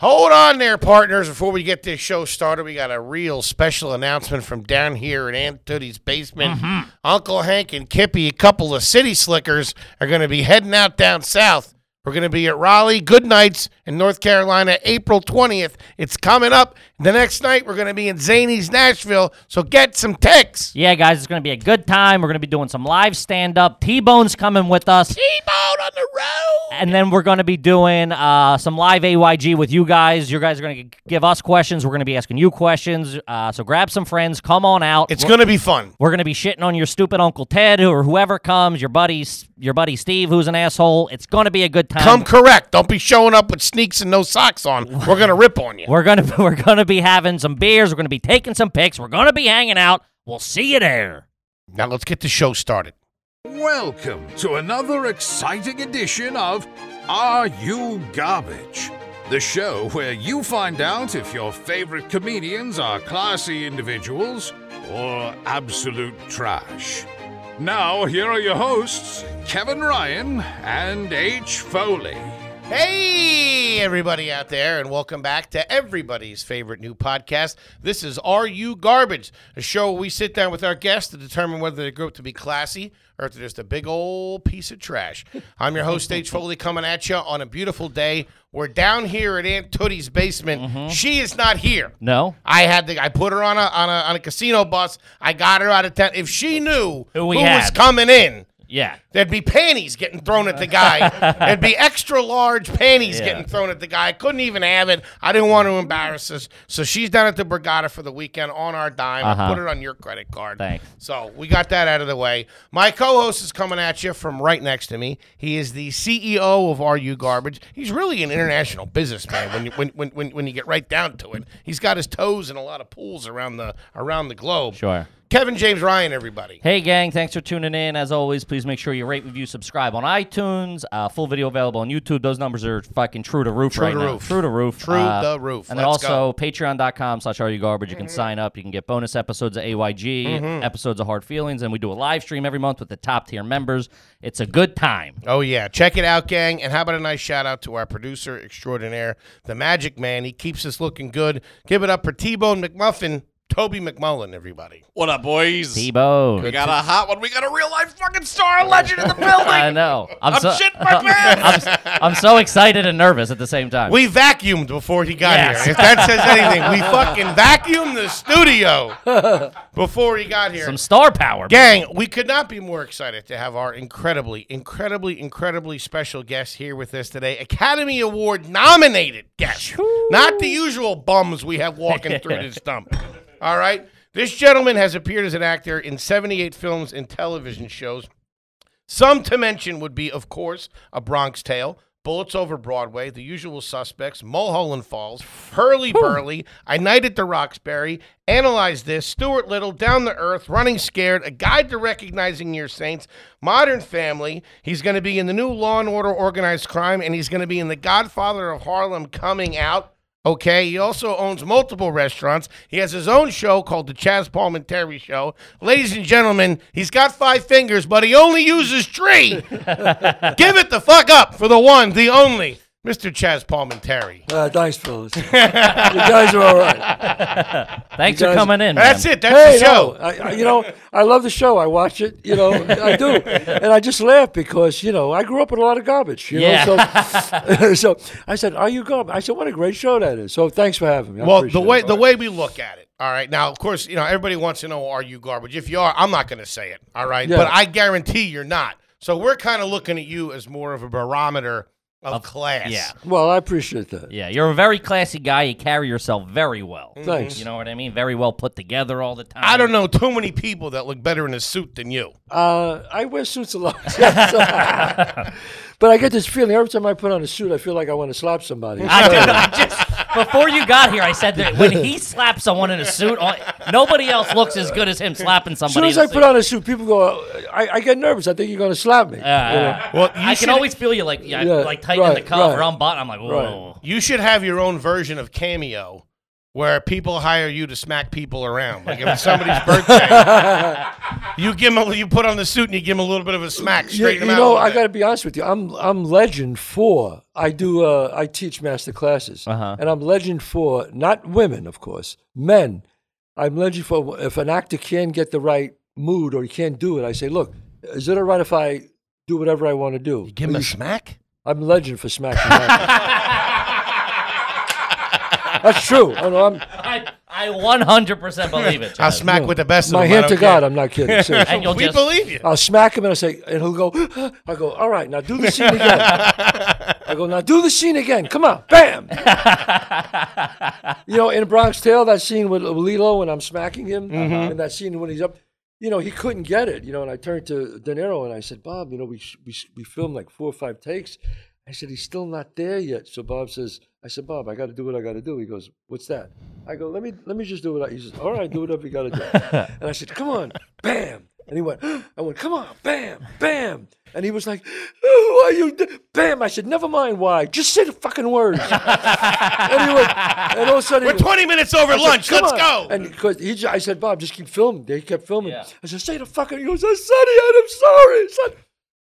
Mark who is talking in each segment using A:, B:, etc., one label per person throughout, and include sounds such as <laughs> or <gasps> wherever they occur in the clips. A: Hold on there, partners. Before we get this show started, we got a real special announcement from down here in Aunt Tootie's basement. Uncle Hank and Kippy, a couple of city slickers, are going to be heading out down south. We're going to be at Raleigh Good Nights in North Carolina, April 20th. It's coming up. The next night, we're going to be in Zanies, Nashville. So get some texts.
B: Yeah, guys, it's going to be a good time. We're going to be doing some live stand up. T Bone's coming with us.
A: T-Bone on the road.
B: And then we're going to be doing uh, some live AYG with you guys. You guys are going to give us questions. We're going to be asking you questions. Uh, so grab some friends. Come on out.
A: It's
B: We're-
A: going to be fun.
B: We're gonna be shitting on your stupid Uncle Ted or whoever comes, your buddy, your buddy Steve, who's an asshole. It's gonna be a good time.
A: Come correct. Don't be showing up with sneaks and no socks on. We're going to rip on you.
B: We're gonna <laughs> we're gonna be having some beers. We're gonna be taking some pics. We're gonna be hanging out. We'll see you there.
A: Now let's get the show started.
C: Welcome to another exciting edition of Are You Garbage? The show where you find out if your favorite comedians are classy individuals or absolute trash. Now, here are your hosts, Kevin Ryan and H. Foley.
A: Hey, everybody out there, and welcome back to everybody's favorite new podcast. This is Are You Garbage, a show where we sit down with our guests to determine whether they're grouped to be classy or if they're just a big old piece of trash. I'm your host, Stage Foley, coming at you on a beautiful day. We're down here at Aunt Tootie's basement. She is not here.
B: Mm-hmm. No,
A: I had the I put her on a on a on a casino bus. I got her out of town. If she knew
B: Who we
A: was
B: had.
A: coming in,
B: yeah,
A: There'd be panties getting thrown at the guy. There'd be extra large panties
B: Yeah.
A: getting thrown at the guy. I couldn't even have it. I didn't want to embarrass us. So she's down at the Brigada for the weekend on our dime. I
B: Uh-huh.
A: put it on your credit card.
B: Thanks.
A: So we got that out of the way. My co host is coming at you from right next to me. He is the CEO of RU Garbage. He's really an international businessman when you, when, when, when, when you get right down to it. He's got his toes in a lot of pools around the, around the globe.
B: sure.
A: Kevin James Ryan, everybody.
B: Hey gang, thanks for tuning in. As always, please make sure you rate, review, subscribe on iTunes. Uh, full video available on YouTube. Those numbers are fucking true to roof
A: True
B: right
A: to
B: now.
A: roof.
B: True to roof. Uh,
A: True to roof.
B: And then
A: Let's
B: also patreon.com slash are you garbage. You can sign up. You can get bonus episodes of AYG,
A: Mm-hmm.
B: episodes of Hard Feelings, and we do a live stream every month with the top tier members. It's a good time.
A: Oh yeah, check it out, gang! And how about a nice shout out to our producer extraordinaire, the Magic Man. He keeps us looking good. Give it up for T Bone McMuffin, Toby McMullen, everybody.
D: What up, boys?
B: T-Bone.
D: We got a hot one. We got a real life fucking star legend in the building.
B: I know. I'm,
D: I'm
B: so, <laughs>
D: shitting my
B: I'm,
D: pants.
B: I'm so excited and nervous at the same time.
A: We vacuumed before he got
B: Yes.
A: here. If that says anything, we fucking vacuumed the studio before he got here.
B: Some star power.
A: Gang, we could not be more excited to have our incredibly, incredibly, incredibly special guest here with us today. Academy Award nominated guest. Not the usual bums we have walking through this dump. All right. This gentleman has appeared as an actor in 78 films and television shows. Some to mention would be, of course, A Bronx Tale, Bullets Over Broadway, The Usual Suspects, Mulholland Falls, Hurley Burley, I Night at the Roxbury, Analyze This, Stuart Little, Down the Earth, Running Scared, A Guide to Recognizing Your Saints, Modern Family. He's going to be in the new Law and Order Organized Crime, and he's going to be in The Godfather of Harlem Coming Out. Okay, he also owns multiple restaurants. He has his own show called The Chaz Palminteri Show. Ladies and gentlemen, he's got five fingers, but he only uses
E: <laughs>
A: three. Give it the fuck up for the one, the only, Mr. Chaz Palminteri.
E: Uh, thanks, fellas. <laughs> you guys are all right.
B: Thanks
E: You
B: for
E: guys-
B: coming in.
A: That's
B: man.
A: it. That's
E: Hey,
A: the show.
E: no, I, I, you know, I love the show. I watch it. You know, I do, and I just laugh because you know I grew up with a lot of garbage. You know, so, <laughs> so I said, "Are you garbage?" I said, "What a great show that is." So thanks for having me. I
A: Well, the
E: appreciate
A: way
E: it.
A: the way we look at it. All right. Now, of course, you know everybody wants to know: Are you garbage? If you are, I'm not going to say it. All right.
E: Yeah.
A: But I guarantee you're not. So we're kind of looking at you as more of a barometer of, class.
B: yeah.
E: <laughs> well, I appreciate that.
B: Yeah, you're a very classy guy. You carry yourself very well.
E: Thanks.
B: You know what I mean? Very well put together all the time.
A: I don't know too many people that look better in a suit than you.
E: Uh, I wear suits a lot, <laughs> but I get this feeling every time I put on a suit, I feel like I want to slap somebody.
B: I
E: <laughs>
B: did. I just before you got here, I said that when he slaps someone in a suit, all- nobody else looks as good as him slapping
E: as soon
B: somebody.
E: as
B: in a
E: I put
B: suit.
E: on a suit, people go. I, I get nervous. I think you're going to slap me. you know?
A: Well, you
B: I
A: should,
B: can always feel you like yeah,
E: Yeah,
B: like tightening the
E: right,
B: cuff or
E: right.
B: unbutton. I'm like, whoa.
A: you should have your own version of cameo where people hire you to smack people around. Like if it's <laughs> somebody's birthday, you give 'em a, you put on the suit and you give them a little bit of a smack,
E: You,
A: straighten
E: you
A: them out.
E: know,
A: a
E: I
A: little
E: got to be honest with you. I'm I'm legend for I do uh, I teach master classes, and I'm legend for not women, of course, men. I'm legend for if an actor can't get the right mood or he can't do it, I say, look, is it all right if I do whatever I want to do?
A: bit. give them a smack.
E: I'm legend for smacking. actors. That's true. I know, I'm,
B: I, I 100% believe it.
A: I'll
B: Chaz. <laughs>
A: smack with the best of
E: my
A: them. I
E: hand to
A: don't
E: God,
A: care.
E: I'm
A: <laughs>
E: not kidding. seriously.
B: And you'll
A: we
B: just,
A: believe you.
E: I'll smack him and I say, and he'll go, <gasps> I go, all right, now do the
A: <laughs>
E: scene again. I go, now do the scene again. Come on, bam. you know, in Bronx Tale, that scene with Lilo when I'm smacking him, and that scene when he's up, you know, he couldn't get it, you know, and I turned to De Niro and I said, Bob, you know, we, sh- we, sh- we filmed like four or five takes. I said, he's still not there yet. So Bob says, I said, Bob, I got to do what I got to do. He goes, what's that? I go, let me let me just do what I, he says, all right, do whatever you got to do. and I said, come on, bam. And he went, <gasps> I went, come on, bam, bam. And he was like, who are you? do-" Bam. I said, never mind why. Just say the fucking words. and he went, and all of a sudden, he
A: We're
E: goes,
A: 20 minutes over
E: I said,
A: lunch.
E: "Come
A: Let's
E: on."
A: go.
E: And because he, ju- I said, Bob, just keep filming. They kept filming.
B: Yeah.
E: I said, say the fucking. He goes, "Uh, Sonny, I'm sorry, son.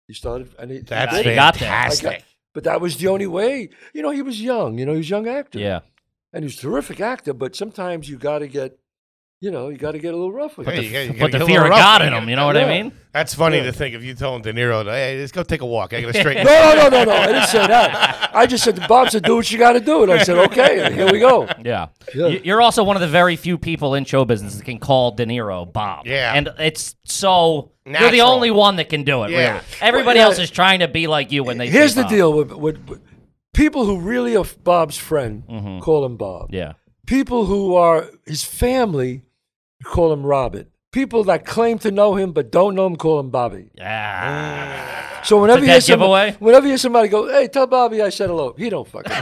E: He started, and he.
A: That's
E: he did.
B: They got there.
E: I got-
A: fantastic.
E: but that was the only way. You know, he was young. You know, he was a young actor.
B: yeah.
E: And he was a terrific actor. But sometimes you got to get, you know, you got to get a little rough with
A: Hey,
E: it.
A: you gotta- you
B: Put
A: gotta get
B: the
A: a
B: fear
A: little
B: of
A: rough
B: God
A: when
B: in
A: you-
B: them. You know what I
E: Yeah.
B: mean?
A: That's funny to think if you told De Niro, hey, let's go take a walk. I <laughs> got to straighten.
E: No, no, no, no, no. I didn't say that. I just said, Bob said, do what you got to do. And I said, okay, here we go.
B: Yeah. You- You're also one of the very few people in show business that can call De Niro Bob.
A: Yeah.
B: And it's so. You're the
A: Natural.
B: only one that can do it,
A: Yeah.
B: really. Everybody
E: Well, yeah.
B: else is trying to be like you when they say
E: Here's the
B: Bob.
E: deal with, with, with people who really are Bob's friend
B: Mm-hmm.
E: call him Bob.
B: Yeah.
E: people who are his family call him Robert. People that claim to know him but don't know him call him Bobby.
B: Yeah.
E: So whenever you
B: dead
E: hear somebody,
B: giveaway?
E: whenever you hear somebody go, "Hey, tell Bobby I said hello," he don't fucking. Know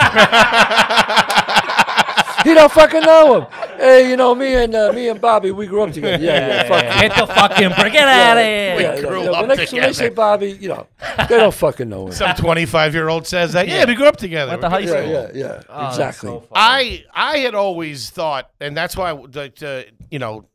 E: he don't fucking know him. Hey, you know me and uh, me and Bobby, we grew up together. Yeah, yeah, fuck you.
B: Hit the fucking brick. Get out of here.
E: Yeah, yeah,
A: grew
E: yeah.
A: up
E: When they, so when they
A: together.
E: say Bobby, you know, they don't fucking know him.
A: Some 25 year old says that. Yeah, we grew up together.
B: Went to high
E: Yeah,
B: school.
E: yeah, yeah, exactly.
A: I I had always thought, and that's why like uh, you know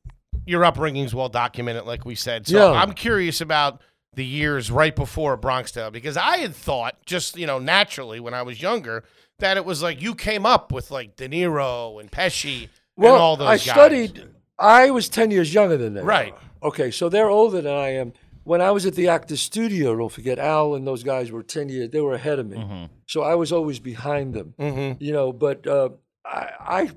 A: your upbringing's well documented, like we said. So
E: Yeah.
A: I'm curious about the years right before Bronx Tale because I had thought just you know naturally when I was younger that it was like you came up with like De Niro and Pesci
E: well,
A: and all those
E: I
A: guys.
E: studied. I was ten years younger than they.
A: Right.
E: are. Okay, so they're older than I am. When I was at the Actors Studio, don't forget Al and those guys were ten years. They were ahead of me,
A: Mm-hmm.
E: so I was always behind them. You know, but uh, I, I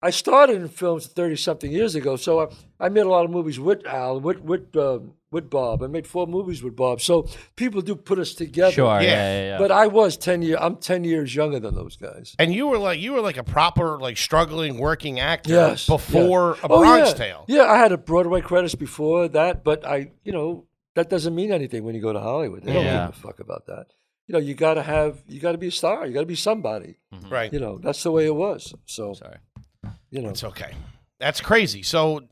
E: I started in films thirty something years ago, so I, I made a lot of movies with Al and with with uh, with Bob. I made four movies with Bob, so people do put us together.
B: Sure. Yeah.
A: Yeah.
B: Yeah. yeah.
E: But I was ten year. I'm ten years younger than those guys.
A: And you were like you were like a proper like struggling working actor
E: Yes.
A: before
E: yeah.
A: a
E: Oh,
A: Bronx
E: yeah.
A: Tale.
E: Yeah, I had a Broadway credits before that, but I, you know, that doesn't mean anything when you go to Hollywood. They don't
B: Yeah.
E: give a fuck about that. You know, you got to have, you got to be a star. You got to be somebody.
A: Right.
E: You know, that's the way it was. So,
B: Sorry.
E: you know,
A: It's okay. That's crazy. So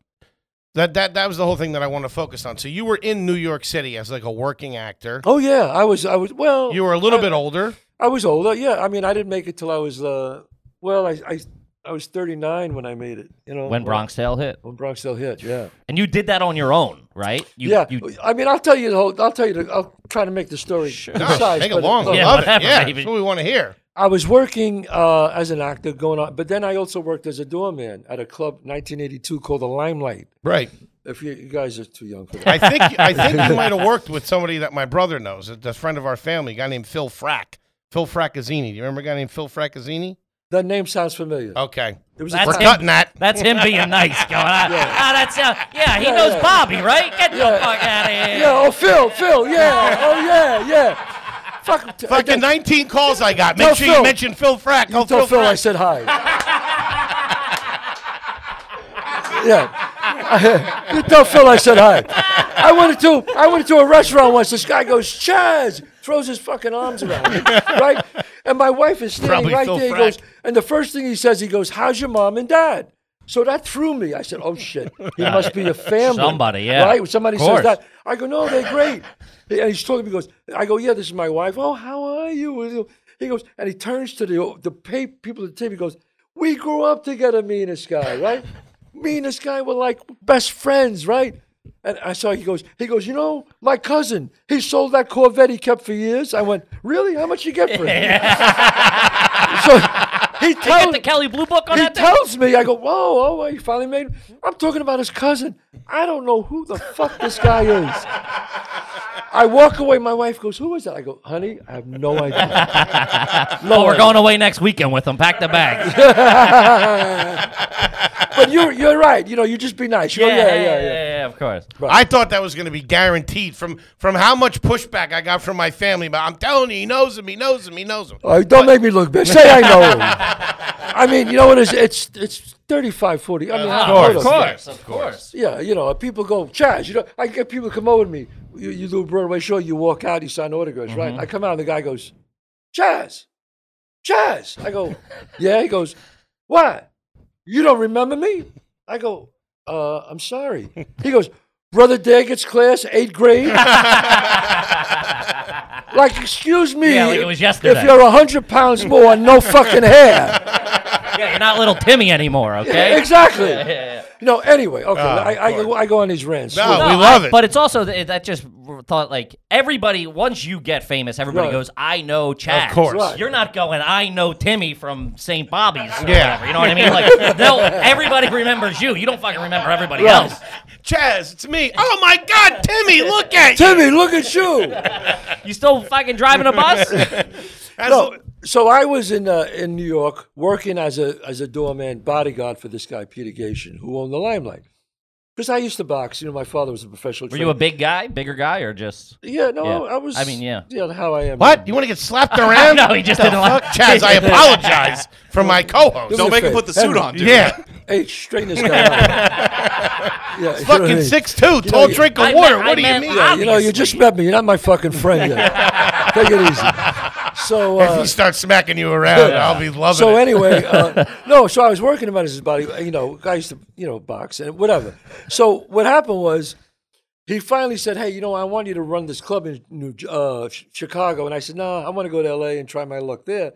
A: that that that was the whole thing that I want to focus on. So you were in New York City as like a working actor.
E: oh yeah, I was, I was, well,
A: You were a little bit older.
E: I was older. Yeah, I mean, I didn't make it till I was, uh, well, I, I, I was 39 when I made it. You know,
B: when Bronx Tale hit.
E: when Bronx still hit. Yeah.
B: And you did that on your own, right? You,
E: yeah,
B: You,
E: I mean, I'll tell you the whole. I'll tell you. The, I'll try to make the story
A: No,
E: concise.
A: take it
E: but- oh,
A: long.
E: but-
A: We
B: Yeah,
A: love
B: whatever,
A: it. Yeah,
B: baby.
A: that's what we want to hear.
E: I was working uh, as an actor going on, but then I also worked as a doorman at a club 1982 called the Limelight.
A: Right.
E: If you, you guys are too young for that.
A: I think I think you might have worked with somebody that my brother knows, a, a friend of our family, a guy named Phil Frack. Phil Fracazzini. Do you remember a guy named Phil Fracazzini?
E: that name sounds familiar.
A: Okay.
E: It was
A: We're
B: That's
E: a
B: him.
A: cutting that.
B: that's him being nice. Going, ah, ah, that's uh, yeah. He knows
E: yeah.
B: Bobby, right? Get the
E: Yeah.
B: fuck out of here.
E: yeah, oh Phil, Phil, yeah, oh yeah, yeah. Fuck, t- I
A: Fucking
E: did-
A: 19 calls I got. Make
E: Tell
A: sure you
E: Phil.
A: mention Phil Frack. Oh,
E: tell Phil I
A: Frack.
E: said
A: <laughs>
E: hi. yeah, <laughs> you tell Phil I said hi. I went to I went to a restaurant once. This guy goes Chaz, throws his fucking arms
A: <laughs>
E: around me, right? And my wife is
A: Probably
E: standing right
A: Phil
E: there. He
A: Frack.
E: goes, and the first thing he says, he goes, "How's your mom and dad?" So that threw me. I said, "Oh shit, he must be a
B: <laughs>
E: family."
B: Somebody, yeah.
E: Right? Somebody
B: Of
E: says
B: course.
E: that. I go, "No, they're great." <laughs> And he's talking. He goes, "I go, yeah, this is my wife." Oh, how are you? He goes, and he turns to the the pay, people at the table. He goes, We grew up together, me and this guy,
B: <laughs>
E: right? me and this guy were like best friends, right? And I saw he goes, he goes, you know, my cousin, he sold that Corvette he kept for years. I went, really? How much you get for
B: <laughs>
E: it? so he
B: Get
E: tells
B: the Kelly Blue Book on
E: he
B: that thing.
E: tells me, I go, whoa, oh, he finally made. I'm talking about his cousin. I don't know who the fuck this guy is. I walk away. My wife goes, who is that? I go, honey, I have no idea.
B: Oh, we're going away next weekend with them. Pack the bags.
E: But you're you're right. You know, you just be nice. You go, yeah, yeah, yeah.
B: of course.
A: I thought that was going to be guaranteed from from how much pushback I got from my family. But I'm telling you, he knows him. He knows him. He knows
B: Oh,
A: him.
E: All right, don't make me look bad. Say I know him. I mean, you know what it is? It's it's 35, 40. I mean,
A: Of
E: I've
A: course,
E: heard
A: of
E: him.
A: course,
B: of course.
E: Yeah, you know, people go, Chaz, you know, I get people come over to me. You, you do a Broadway show, you walk out, you sign autographs, right?
B: Mm-hmm.
E: I come out and the guy goes, Chaz, Chaz. I go, yeah. He goes, what? You don't remember me? I go, uh, I'm sorry. He goes, Brother Daggett's class,
B: <laughs>
E: eighth grade. like, excuse me.
B: Yeah, like it was
E: If
B: yesterday.
E: you're 100 pounds more and no fucking hair.
B: Yeah, you're not little Timmy anymore, okay?
E: Exactly. No, anyway, okay. I, I, go, I go on these rants.
A: No,
E: Look,
A: we
B: No,
A: love
B: I-
A: it.
B: But it's also th- that just r- thought like everybody once you get famous, everybody
E: Right.
B: goes, "I know Chad."
A: Of course.
E: Right.
B: you're not going. I know Timmy from St. Bobby's. Or
A: Yeah.
B: whatever, you know what I mean. Like they'll everybody remembers you. You don't fucking remember everybody
E: Right.
B: else.
A: Chaz, it's me. Oh my God, Timmy, look at you.
E: Timmy, look
A: <laughs>
E: at you.
B: You still fucking driving a bus?
A: That's-
E: No, so I was in uh, in New York working as a as a doorman bodyguard for this guy Peter Gation, who owned the Limelight. Because I used to box. You know, my father was a professional.
B: Were you a big guy, bigger guy, or just?
E: yeah, no,
B: yeah.
E: I was.
B: I mean, yeah.
E: yeah, how I am.
A: What? You want to get slapped around?
B: <laughs> No, he just
A: The
B: didn't like-
A: fuck? Chaz,
B: <laughs>
A: I apologize for my co-host.
E: Don't make him
F: put the suit on, dude.
A: yeah,
E: Hey,
B: <laughs>
E: straighten this guy out. yeah, you know what
A: <laughs>
E: I
A: fucking
E: mean?
A: six two, tall
E: you-
A: drink
B: I
A: of water.
B: meant- I
A: what do you
B: meant
A: mean?
E: Yeah, you know, you just met me. You're not my fucking friend
B: <laughs>
E: yet. Take it easy. So
A: If
E: uh,
A: he starts smacking you around, I'll be loving
E: so
A: it.
E: anyway,
A: <laughs>
E: uh, no. So I was working about his body. You know, I used to you know box and whatever. So what happened was, he finally said, "Hey, you know, I want you to run this club in New J- uh, Ch- Chicago," and I said, "No, I want to go to L.A. and try my luck there."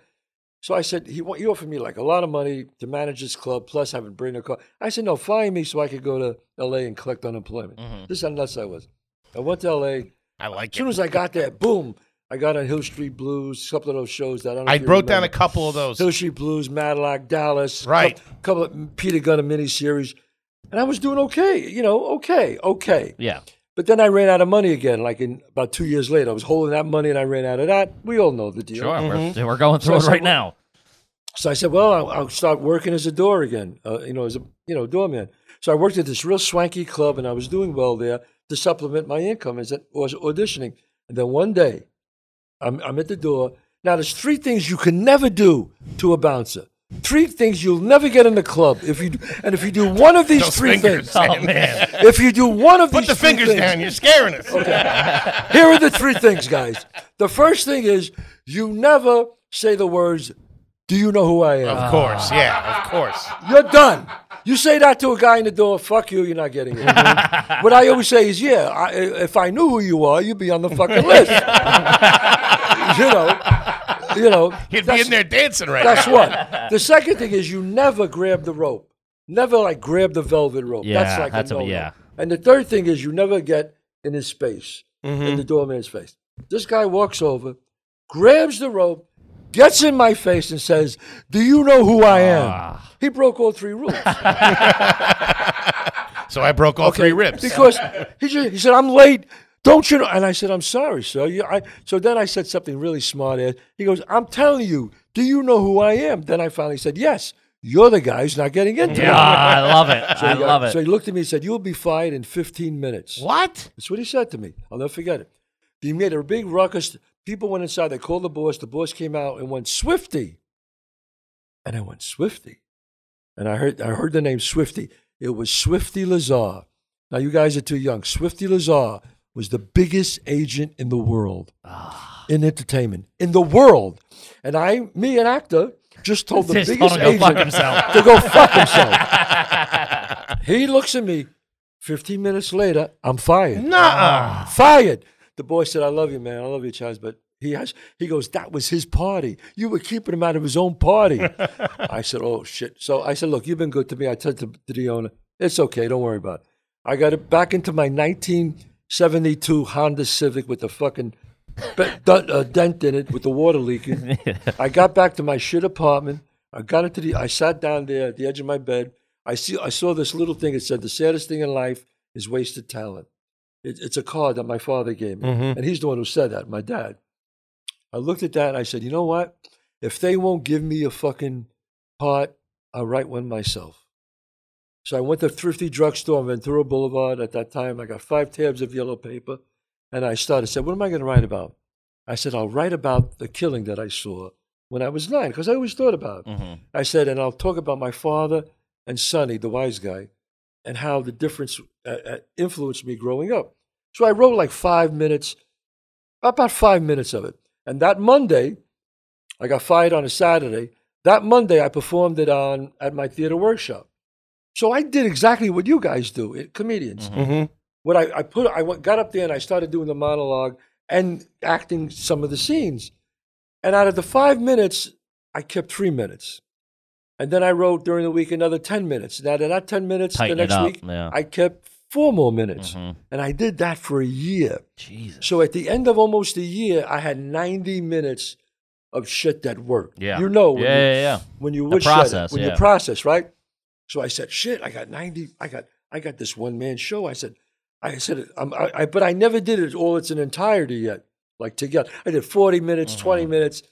E: So I said, "He wa- he offered me like a lot of money to manage this club, plus I would bring a car." I said, "No, fire me so I could go to L.A. and collect unemployment."
A: Mm-hmm.
E: This is how nuts I was. I went to L.A.
A: I like
E: As soon
A: it.
E: as I got there, boom. I got on Hill Street Blues, a couple of those shows that I don't know
A: I
E: if you
A: wrote down a
E: remember.
A: couple of those.
E: Hill Street Blues, Madlock, Dallas.
A: Right.
E: Couple, couple of Peter Gunner miniseries. And I was doing okay, you know, okay, okay.
B: Yeah.
E: But then I ran out of money again, like in about two years later. I was holding that money and I ran out of that. We all know the deal.
B: Sure. We're, we're going through
E: So-
B: it right
E: so-
B: now.
E: So I said, well, I'll, I'll start working as a door again, uh, you know, as a you know doorman. So I worked at this real swanky club, and I was doing well there to supplement my income as I was auditioning. And then one day, I'm, I'm at the door. Now, there's three things you can never do to a bouncer. Three things you'll never get in the club if you and if you do one of these
A: Those
E: three
A: fingers.
E: things.
B: Oh man.
E: If you do one of
A: Put
E: these
A: the
E: three
A: fingers
E: things,
A: down. You're scaring us.
E: here are the three things, guys. The first thing is you never say the words, "Do you know who I am?"
A: Of course, yeah, of course.
E: You're done. You say that to a guy in the door, fuck you, you're not getting it. what I always say is, yeah, I, if I knew who you are, you'd be on the fucking list. you know, you know.
A: He'd be
E: that's-
A: in there dancing right
E: That's
A: now.
E: one. The second thing is you never grab the rope. Never like grab the velvet rope. that's
B: Yeah,
E: like
B: that's
E: a
B: a-
E: no
B: yeah.
E: And the third thing is you never get in his space, in the doorman's face. This guy walks over, grabs the rope, gets in my face, and says, "Do you know who I am?"
B: Ah.
E: He broke all
B: <laughs>
E: three rules
A: So I broke all three ribs.
E: because he just, he said, "I'm late." Don't you know? And I said, "I'm sorry, sir." You, I, so then I said something really smart. Ed. He goes, "I'm telling you, do you know who I am?" Then I finally said, "Yes, you're the guy who's not
B: <laughs>
E: getting into
B: Ah, I love it.
E: it."
B: I love
E: So
B: it.
E: he looked at me and said, "You'll be fired in 15 minutes."
A: What?
E: That's what he said to me. I'll never forget it. He made a big ruckus. People went inside. They called the boss. The boss came out and went Swifty. And I went Swifty, and I heard I heard the name Swifty. It was Swifty Lazar. Now you guys are too young. Swifty Lazar was the biggest agent in the world in entertainment in the world, and I, me, an actor, just told Oh, the
B: Just told
E: biggest
B: him to go
E: agent
B: fuck
E: <laughs>
B: himself.
E: to go fuck himself. he looks at me. Fifteen minutes later, I'm fired
A: Nuh-uh.
E: fired. The boy said, I love you, man. I love you, Charles, but He has. He goes. That was his party. You were keeping him out of his own party. I said, "Oh shit." So I said, "Look, you've been good to me." I said to, to the owner, "It's okay. Don't worry about it." I got it back into my 1972 Honda Civic with the fucking be- d- uh, dent in it with the water leaking. I got back to my shit apartment. I got into the. I sat down there at the edge of my bed. I see. I saw this little thing. It said, "The saddest thing in life is wasted talent." It, it's a card that my father gave me, and he's the one who said that. My dad. I looked at that and I said, "You know what? If they won't give me a fucking part, I'll write one myself." So I went to Thrifty Drugstore on Ventura Boulevard at that time. I got five tabs of yellow paper, and I started. Said, "What am I going to write about?" I said, "I'll write about the killing that I saw when I was nine, because I always thought about." It. I said, "And I'll talk about my father and Sonny, the wise guy, and how the difference uh, uh, influenced me growing up." So I wrote like five minutes, about five minutes of it, and that Monday, I got fired on a Saturday. That Monday, I performed it on at my theater workshop. So I did exactly what you guys do, it, comedians.
B: Mm-hmm.
E: What I, I put, I went, got up there and I started doing the monologue and acting some of the scenes. And out of the five minutes, I kept three minutes. And then I wrote during the week another 10 minutes. Now, to that 10 minutes
B: Tighten
E: the
B: it
E: next
B: up,
E: week,
B: yeah.
E: I kept four more
B: Mm-hmm.
E: minutes. And I did that for a year.
B: Jesus.
E: So at the end of almost a year, I had 90 minutes of shit that worked.
B: Yeah.
E: You
B: Yeah,
E: know, when you-
B: yeah, yeah.
E: When you
B: The
E: would shut it,
B: process,
E: when
B: yeah.
E: you process, right? So I said, shit, I got 90, I got, I got this one man show. I said, I said, I'm, I, I, but I never did it all its an entirety yet. Like together, I did 40 minutes,
B: Mm-hmm.
E: 20 minutes.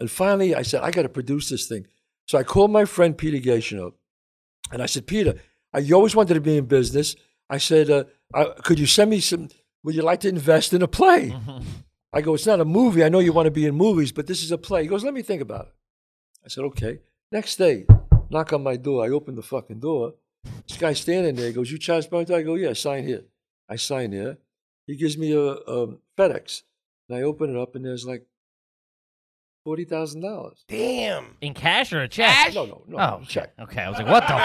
E: And finally, I said, I got to produce this thing. So I called my friend Peter Gation up. And I said, Peter, I, you always wanted to be in business. I said, uh, I, could you send me some? Would you like to invest in a play?
B: Mm-hmm.
E: I go, it's not a movie. I know you want to be in movies, but this is a play. He goes, let me think about it. I said, okay. Next day, knock on my door. I open the fucking door. This guy's standing there. He goes, you Charles Bernthal? I go, yeah, sign here. I sign here. He gives me a, a FedEx. And I open it up, and there's like $40,000.
A: Damn.
B: In cash or a check?
E: No, no, no.
B: Oh,
E: check.
B: Okay, I was like, what the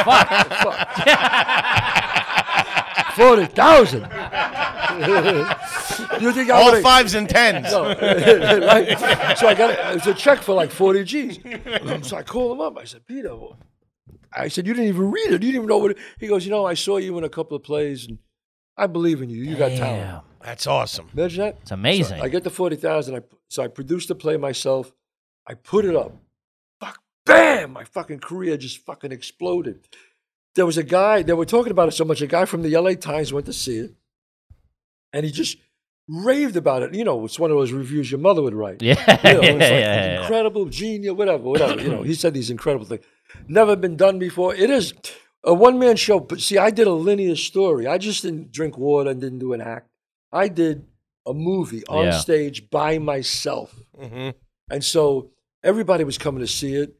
E: <laughs>
B: fuck?
E: Forty
B: <laughs>
E: thousand. you think I
A: All
E: would?
A: fives and tens. <laughs>
E: No. Like, so I got a, it was a check for like forty G's. So I called him up. I said, Peter, well- I said you didn't even read it. You didn't even know what. It, he goes, you know, I saw you in a couple of plays, and I believe in you. You got
B: Yeah,
E: talent.
A: That's awesome.
E: Imagine that.
B: it's amazing.
E: I get the forty thousand. I so I produced the play myself. I put it up. Fuck, bam! My fucking career just fucking exploded. There was a guy. They were talking about it so much. A guy from the L.A. Times went to see it, and he just raved about it. You know, it's one of those reviews your mother would
B: <laughs>
E: write.
B: yeah, <laughs> yeah,
E: You know,
B: yeah,
E: it's like
B: yeah, yeah.
E: incredible genius, whatever, whatever. you know, he said these incredible things, never been done before. It is a one man show. But see, I did a linear story. I just didn't drink water and didn't do an act. I did a movie on
B: Yeah.
E: stage by myself,
A: Mhm.
E: and so everybody was coming to see it.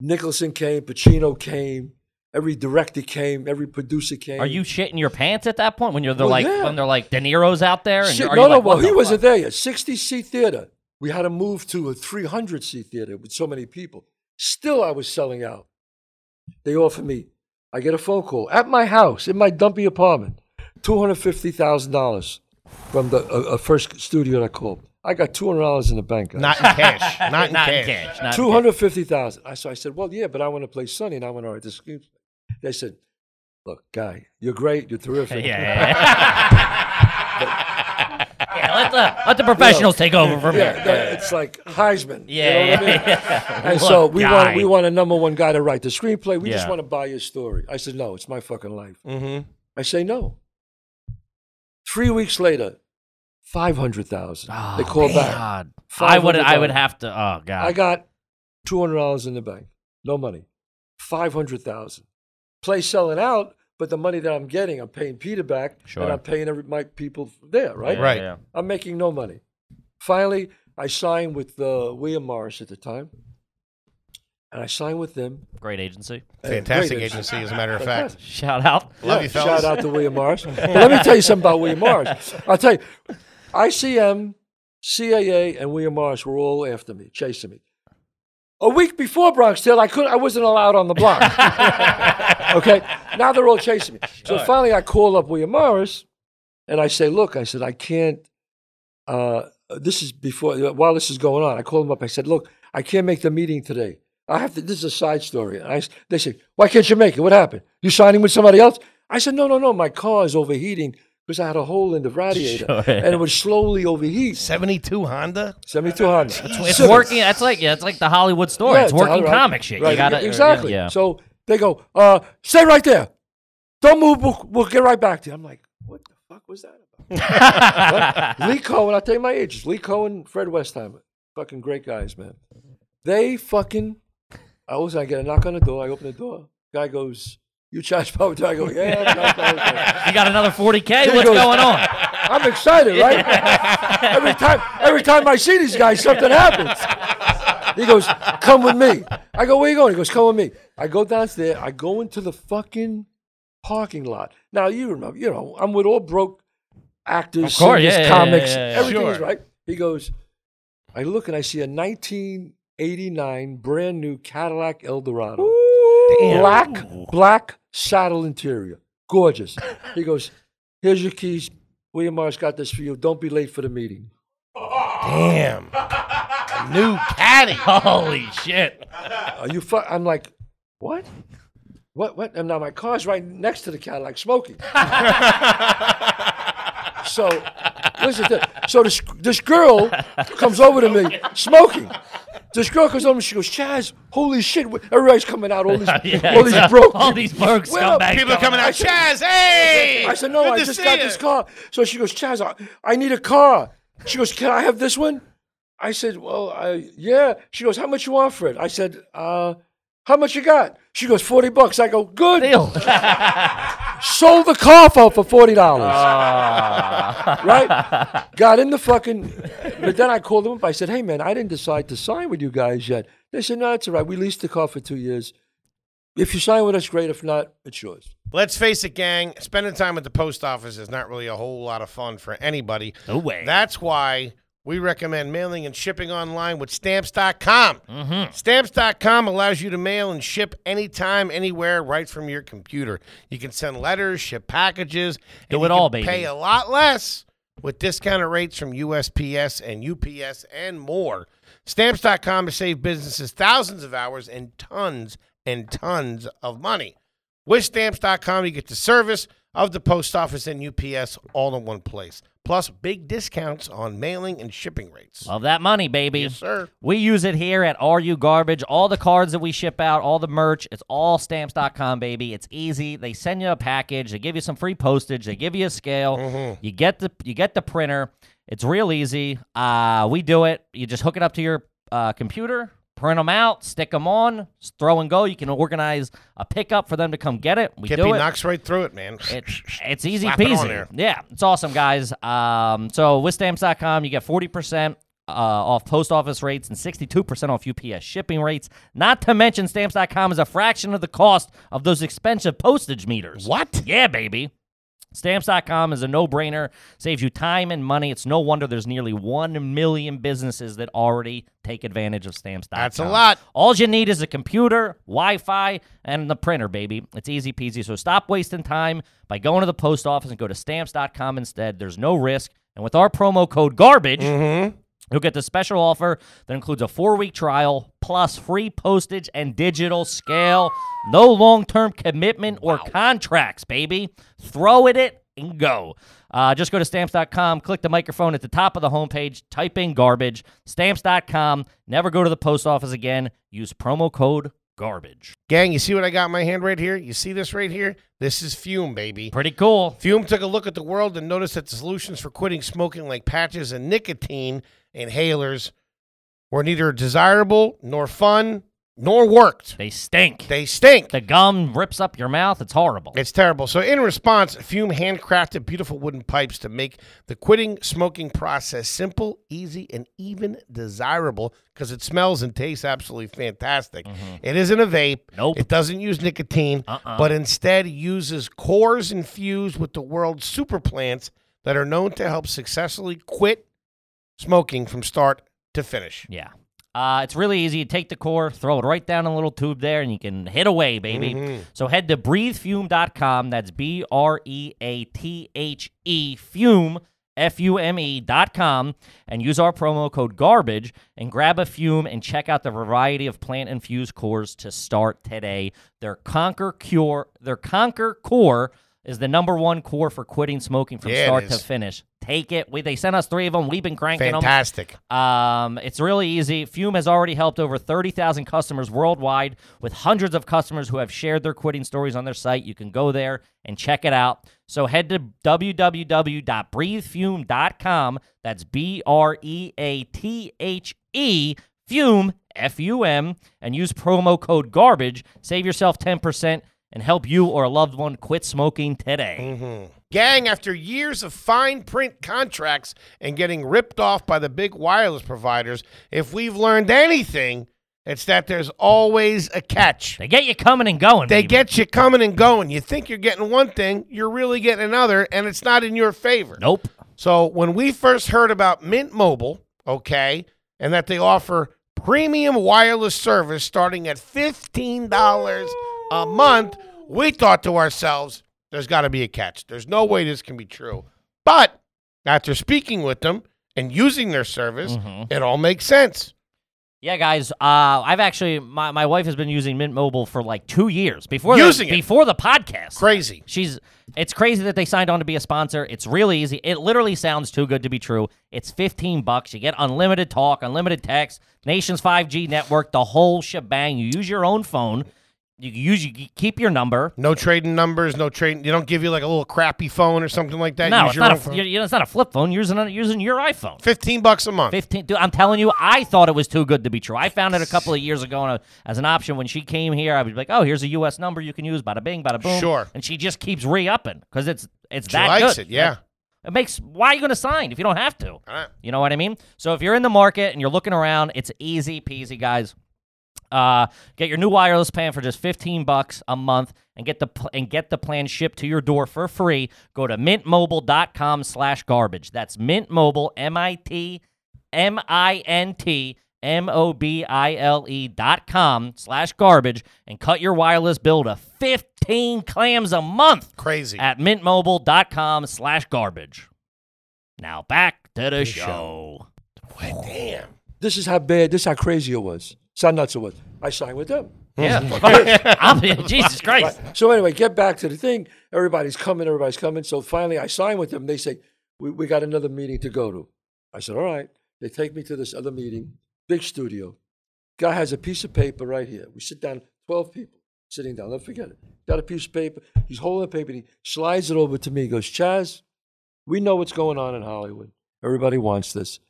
E: Nicholson came, Pacino came, every director came, every producer came.
B: Are you shitting your pants at that point when you're they're
E: Well,
B: like
E: yeah.
B: when they're like De Niro's out there? And
E: Shit,
B: are
E: no,
B: you
E: no.
B: like,
E: well,
B: what
E: he
B: the
E: wasn't there yet. Sixty seat theater. We had to move to a three hundred seat theater with so many people. Still, I was selling out. They offer me. I get a phone call at my house in my dumpy apartment, two hundred fifty thousand dollars from the uh, uh, first studio that called. I got two hundred dollars in the bank.
A: Not in
E: <laughs>
A: cash. Not in
B: Not
A: cash.
B: in cash. Not
E: Two
B: in cash.
E: hundred fifty thousand. I so I said, well, yeah, but I want to play Sonny, and I want to write this. screenplay." They said, look, guy, you're
B: <laughs>
E: great, you're terrific.
B: Yeah, <laughs> yeah, yeah. yeah let, the, let the professionals take over from
E: <laughs> Yeah,
B: here.
E: that- it's like Heisman. you know
B: Yeah,
E: what I mean?
B: yeah, yeah.
E: And so
B: Look,
E: we want
B: guy.
E: we want a number one guy to write the screenplay. We just
B: Yeah.
E: want to buy your story. I said, no, it's my fucking life.
B: Mm-hmm.
E: I say no. Three weeks later, five hundred thousand.
B: Oh,
E: they call back.
B: God. I would. I would
E: $500.
B: have to. Oh God.
E: I got two hundred dollars in the bank. No money. Five hundred thousand. Play selling out, but the money that I'm getting, I'm paying Peter back,
B: Sure.
E: and I'm paying every, my people there, right?
A: Right.
B: Yeah.
E: I'm making no money. Finally, I signed with uh, William Morris at the time, and I signed with them.
B: Great agency.
A: Fantastic
E: Great
A: agency,
E: agency.
A: as a matter of fact.
B: Shout out.
A: Love
E: Yeah,
A: you, fellas.
E: shout out to William Morris. But let me tell you something about William Morris. I'll tell you, ICM, CAA, and William Morris were all after me, chasing me. A week before Bronx Tale, I could not I wasn't allowed on the block. okay, now they're all chasing me. So finally, I call up William Morris, and I say, "Look, I said I can't. Uh, uh, this is before while this is going on. I called him up. I said, "Look, I can't make the meeting today. I have to. This is a side story." And I, s- they said, "Why can't you make it? What happened? You signing with somebody else?" I said, "No, no, no. My car is overheating because I had a hole in the radiator,
B: <laughs> Sure.
E: and it would
B: <laughs>
E: slowly overheat.
A: 72 Honda?
E: Seventy-two hundred.
B: <laughs> It's working. That's like yeah. It's like the Hollywood story.
E: Yeah,
B: it's working
E: all right.
B: comic shit.
E: Right, e-,
B: You gotta uh, <laughs>
E: exactly.
B: Yeah.
E: So they go, uh, "Stay right there. Don't move. We'll, we'll get right back to you." I'm like, "What the fuck was that?" about?"
B: <laughs>
E: Lee Cohen. I'll tell you my ages. Lee Cohen, Fred Westheimer, fucking great guys, man. They fucking. I was. I get a knock on the door. I open the door. Guy goes, "You charge power?" I go, "Yeah." I charge Power
B: <laughs>
E: Tour."
B: you got another 40k.
E: Here
B: What's
E: goes-
B: going
E: <laughs>
B: on?
E: I'm excited, right? every time, every time I see these guys, something happens. He goes, "Come with me." I go, "Where you going?" He goes, "Come with me." I go downstairs. I go into the fucking parking lot. Now you remember, you know, I'm with all broke actors,
B: Of course,
E: singers,
B: yeah, yeah,
E: comics,
B: yeah, yeah, yeah.
E: everything is
A: Sure.
E: right. He goes, I look and I see a 1989 brand new Cadillac Eldorado, black black saddle interior, gorgeous. He goes, "Here's your keys. William Morris got this for you. Don't be late for the meeting."
A: Damn. New caddy.
B: Holy shit!
E: Are you? Fu-? I'm like, what? What? What? And now my car's right next to the Cadillac, smoking. <laughs> so, listen. To, so this this girl comes over to me, smoking. This girl comes over and she goes, Chaz, holy shit! wh- Everybody's coming out. All
B: <laughs>
E: these,
B: Yeah,
E: all these
B: exactly.
E: broke,
B: all these broke
E: Well,
B: scumbags.
A: People are coming out. Chaz, hey!
E: I said, no,
A: Good
E: I
A: to
E: just
A: see
E: got
A: you."
E: this car. So she goes, Chaz, I, I need a car. She goes, can I have this one? I said, well, I, yeah. She goes, how much you want for it? I said, uh, how much you got? She goes, 40 bucks. I go, good.
B: Deal.
E: Sold the car for, for $40. <laughs> right? Got in the fucking. But then I called them up. I said, hey, man, I didn't decide to sign with you guys yet. They said, no, it's all right. We leased the car for two years. If you sign with us, great. If not, it's yours.
A: Let's face it, gang. Spending time at the post office is not really a whole lot of fun for anybody.
B: No way.
A: That's why we recommend mailing and shipping online with stamps.com.
B: Mm-hmm.
A: Stamps.com allows you to mail and ship anytime, anywhere, right from your computer. You can send letters, ship packages,
B: Do
A: and
B: it
A: you
B: all,
A: can
B: baby.
A: Pay a lot less with discounted rates from USPS and UPS and more. Stamps.com has saved businesses thousands of hours and tons and tons of money. With stamps.com, you get the service of the post office and UPS all in one place, plus big discounts on mailing and shipping rates.
B: Love that money, baby.
A: Yes, sir.
B: We use it here at RU Garbage. All the cards that we ship out, all the merch, it's all stamps.com, baby. It's easy. They send you a package, they give you some free postage, they give you a scale. You get the you get the printer. It's real easy. Uh, we do it. You just hook it up to your uh, computer, print them out, stick them on, s- throw and go. You can organize a pickup for them to come get it. We
A: Kippy
B: do it.
A: knocks right through it, man.
B: It- it's easy
A: Slap it on
B: peasy.
A: there.
B: Yeah, it's awesome, guys. Um, so with stamps.com, you get 40% uh, off post office rates and 62% off UPS shipping rates. Not to mention, stamps.com is a fraction of the cost of those expensive postage meters.
A: What?
B: Yeah, baby. Stamps.com is a no brainer, saves you time and money. It's no wonder there's nearly 1 million businesses that already take advantage of Stamps.com.
A: That's a lot.
B: All you need is a computer, Wi Fi, and the printer, baby. It's easy peasy. So stop wasting time by going to the post office and go to stamps.com instead. There's no risk. And with our promo code GARBAGE,
A: Mm-hmm.
B: you'll get the special offer that includes a four week trial plus free postage and digital scale. No long term commitment or contracts, baby. Throw it it and go. Uh, just go to stamps.com, click the microphone at the top of the homepage, type in garbage, stamps.com. Never go to the post office again. Use promo code garbage.
A: Gang, you see what I got in my hand right here? You see this right here? This is fume, baby.
B: Pretty cool.
A: Fume took a look at the world and noticed that the solutions for quitting smoking, like patches and nicotine inhalers, were neither desirable, nor fun, nor worked.
B: They stink.
A: They stink.
B: The gum rips up your mouth. It's horrible.
A: It's terrible. So, in response, Fume handcrafted beautiful wooden pipes to make the quitting smoking process simple, easy, and even desirable because it smells and tastes absolutely fantastic. It isn't a vape.
B: Mm-hmm. Nope.
A: It doesn't use nicotine,
B: Uh-uh.
A: but instead uses cores infused with the world's super plants that are known to help successfully quit smoking from start to finish.
B: Yeah. Uh, it's really easy. You take the core, throw it right down in a little tube there, and you can hit away, baby.
A: Mm-hmm.
B: So head to breathefume.com. That's B R E A T H E fume. F-U-M-E dot com and use our promo code GARBAGE and grab a fume and check out the variety of plant infused cores to start today. Their Conquer Cure, their Conquer Core is the number one core for quitting smoking from
A: Yeah, it
B: start to
A: is.
B: finish. Take it. We, they sent us three of them. We've been cranking them.
A: Fantastic.
B: Um, it's really easy. Fume has already helped over 30,000 customers worldwide with hundreds of customers who have shared their quitting stories on their site. You can go there and check it out. So head to www.breathefume.com. That's B R E A T H E, Fume, F U M, and use promo code GARBAGE. Save yourself 10% and help you or a loved one quit smoking
A: Mm-hmm.
B: today.
A: Gang, after years of fine print contracts and getting ripped off by the big wireless providers, if we've learned anything, it's that there's always a catch.
B: They get you coming and going.
A: They
B: baby.
A: get you coming and going. You think you're getting one thing, you're really getting another, and it's not in your favor.
B: Nope.
A: So when we first heard about Mint Mobile, okay, and that they offer premium wireless service starting at $15 a month, we thought to ourselves, there's got to be a catch. There's no way this can be true. But after speaking with them and using their service,
B: Mm-hmm.
A: it all makes sense.
B: Yeah, guys. Uh, I've actually my, my wife has been using Mint Mobile for like two years before the-
A: Using it.
B: before the podcast.
A: Crazy.
B: She's it's crazy that they signed on to be a sponsor. It's really easy. It literally sounds too good to be true. It's 15 bucks. You get unlimited talk, unlimited text, nation's 5G network, the whole shebang. You use your own phone. You use you keep your number.
A: No trading numbers, no trading. They don't give you like a little crappy phone or something like that.
B: No,
A: Use
B: it's
A: your
B: not a
A: own phone.
B: you know, it's not a flip phone. You're using a- using your iPhone.
A: 15 bucks a month.
B: 15 dude, I'm telling you, I thought it was too good to be true. I found it a couple of years ago and, uh, as an option when she came here. I was like, "Oh, here's a US number you can use, bada bing, bada boom."
A: Sure.
B: And she just keeps re-upping cuz it's it's
A: She
B: that
A: likes it,
B: good.
A: yeah.
B: Like, it makes why are you going to sign if you don't have to?
A: right.
B: You know what I mean? So if you're in the market and you're looking around, it's easy peasy, guys. Uh, get your new wireless plan for just 15 bucks a month and get the pl- and get the plan shipped to your door for free. Go to mintmobile.com slash garbage. That's mintmobile, M-I-T, M-I-N-T, M-O-B-I-L-E E dot com slash garbage and cut your wireless bill to 15 clams a month
A: Crazy.
B: at mintmobile.com slash garbage. Now back to the show.
A: Damn.
E: This is how bad, this is how crazy it was. It's how nuts it was. I signed with them.
B: Yeah. I'm- <laughs> Jesus Christ.
E: Right. So anyway, get back to the thing. Everybody's coming, everybody's coming. So finally, I sign with them. They say, we, "We got another meeting to go to." I said, "All right." They take me to this other meeting, big studio. Guy has a piece of paper right here. We sit down, twelve people sitting down. Don't forget it. Got a piece of paper. He's holding the paper. He slides it over to me. He goes, "Chaz, we know what's going on in Hollywood. Everybody wants this.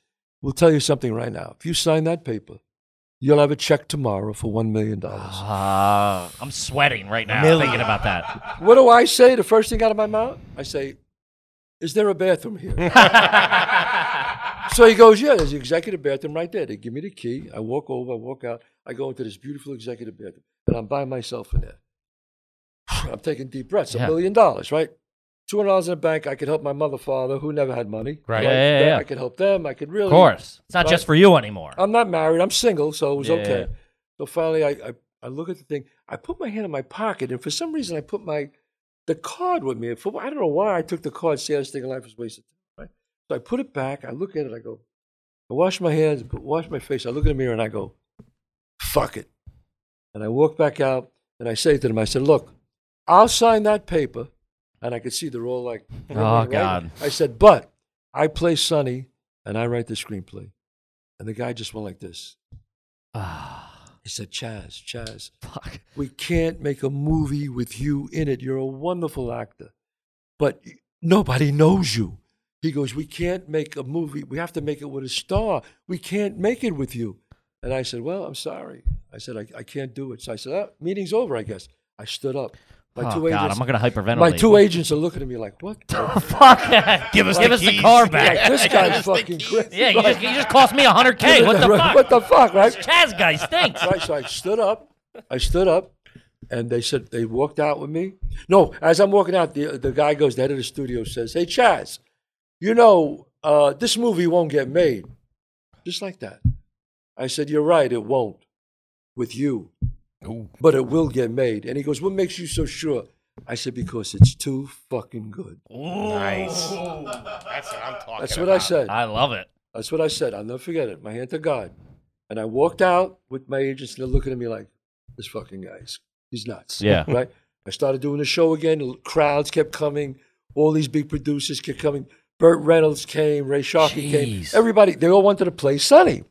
E: We'll tell you something right now. If you sign that paper, you'll have a check tomorrow for one million dollars."
B: Uh, I'm sweating right now thinking about that.
E: What do I say? The first thing out of my mouth, I say, "Is there a bathroom
B: <laughs>
E: here?" so he goes, "Yeah, there's the executive bathroom right there." They give me the key. I walk over. I walk out. I go into this beautiful executive bathroom, and I'm by myself in there. <sighs> I'm taking deep breaths.
B: Yeah.
E: A million dollars, right? Two hundred dollars in the bank. I could help my mother, father, who never had money.
A: Right.
B: Yeah, yeah, yeah.
E: I could help them. I could really.
B: Of course. It's not just for you anymore.
E: I'm not married. I'm single, so it was
B: Yeah.
E: okay. So finally, I, I I look at the thing. I put my hand in my pocket, and for some reason, I put my the card with me. For, I don't know why I took the card. Saddest thing in life was wasted. Right? So I put it back. I look at it. I go. I wash my hands. put- Wash my face. I look in the mirror, and I go, "Fuck it." And I walk back out, and I say to them, "I said, look, I'll sign that paper." And I could see they're
B: <laughs>
E: all like,
B: Oh,
E: right?
B: God.
E: I said, "But I play Sonny, and I write the screenplay." And the guy just went like this. He said, Chaz, Chaz,
B: <sighs> Fuck.
E: we can't make a movie with you in it. You're a wonderful actor, but y- nobody knows you. He goes, We can't make a movie. We have to make it with a star. We can't make it with you. And I said, Well, I'm sorry. I said, I, I can't do it. So I said, "Ah, Meeting's over, I guess. I stood up.
B: Oh,
E: My
B: God,
E: two agents,
B: I'm going to hyperventilate.
E: my
B: <laughs>
E: two agents are looking at me like, What? the-
B: Fuck. <laughs> Give us, Give
A: the
B: us the
A: keys.
B: car back. <laughs>
E: like, this guy's fucking crazy.
B: Yeah, you, just, you just cost me 100K.
E: <laughs>
B: What the fuck?
E: What the fuck,
B: <laughs>
E: right?
B: Chaz guy stinks.
E: Right, so I stood up. I stood up, and they said they walked out with me. No, as I'm walking out, the the guy goes. The head of the studio says, "Hey, Chaz, you know uh, this movie won't get made." Just like that, I said, "You're right, it won't with you, but it will get made." And he goes, "What makes you so sure?" I said, "Because it's too fucking good."
A: Nice. That's what I'm talking
E: That's
A: about.
E: what I said.
B: I love it.
E: That's what I said. I'll never forget it. My hand to God. And I walked out with my agents, and they're looking at me like, this fucking guy's, he's nuts.
B: Yeah.
E: <laughs> Right? I started doing the show again. The crowds kept coming. All these big producers kept coming. Burt Reynolds came. Ray Sharkey came.
B: Jeez.
E: Everybody, they all wanted to play Sonny.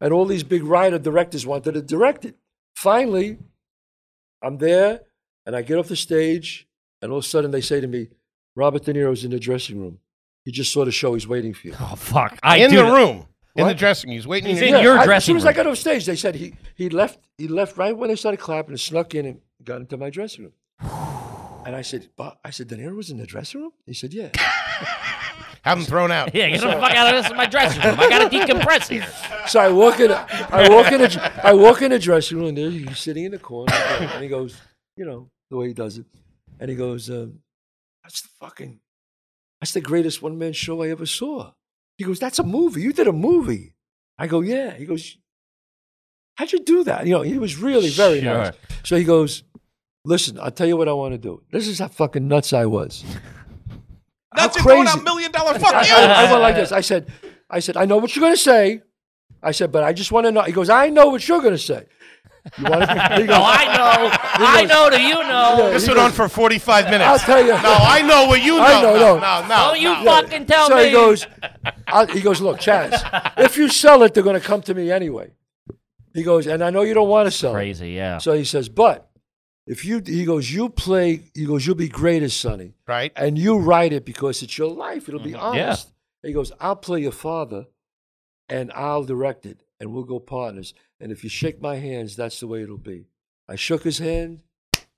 E: And all these big writer directors wanted to direct it. Finally, I'm there, and I get off the stage, and all of a sudden they say to me, Robert De Niro's in the dressing room. He just saw the show. He's waiting for you.
B: Oh fuck! I
A: in
B: do
A: the
B: that.
A: room, in the
E: What?
A: dressing room. He's waiting
B: He's
A: in
B: in
A: your
B: your
E: I-
B: dressing
E: As soon as I
B: room.
E: got off stage, they said he, he left. He left right when they started clapping and snuck in and got into my dressing room. <sighs> And I said, "But I said, De Niro was in the dressing room." He said, "Yeah."
A: Have him thrown out.
B: <laughs> Yeah, get the fuck out of this in my dressing room. I gotta decompress here.
E: so I walk in. I walk in. A, I walk in the dressing room, and there he's sitting in the corner, and he goes, you know, the way he does it, and he goes, um, "That's the fucking, that's the greatest one man show I ever saw." He goes, "That's a movie. You did a movie." I go, "Yeah." He goes, "How'd you do that?" You know, he was really very
B: Sure.
E: nice. So he goes, "Listen, I'll tell you what I want to do. This is how fucking nuts I was."
D: That's
E: How
D: a going out
E: crazy.
D: million dollar fuck you.
E: I, I went like this. I said, I said, I know what you're gonna say. I said, but I just want to know. He goes, I know what you're gonna say. You want
B: <laughs>
E: to? He goes,
B: Oh, I
E: <laughs>
B: know. I know. Do you know?
A: This went on for 45 minutes.
E: I'll tell you.
A: No, I know what you know.
E: I know,
A: No,
E: no.
A: no, no.
B: Don't you
A: no.
B: fucking tell
E: so
B: me.
E: he goes, I, he goes, look, Chaz, if you sell it, they're gonna come to me anyway. He goes, and I know you don't want to sell. it."
B: Crazy, yeah.
E: So he says, but if you, he goes, you play. He goes, you'll be great as Sonny,
A: Right?
E: and you write it because it's your life. It'll be
B: Mm-hmm. Yeah.
E: honest. He goes, I'll play your father, and I'll direct it, and we'll go partners. And if you shake my hands, that's the way it'll be. I shook his hand.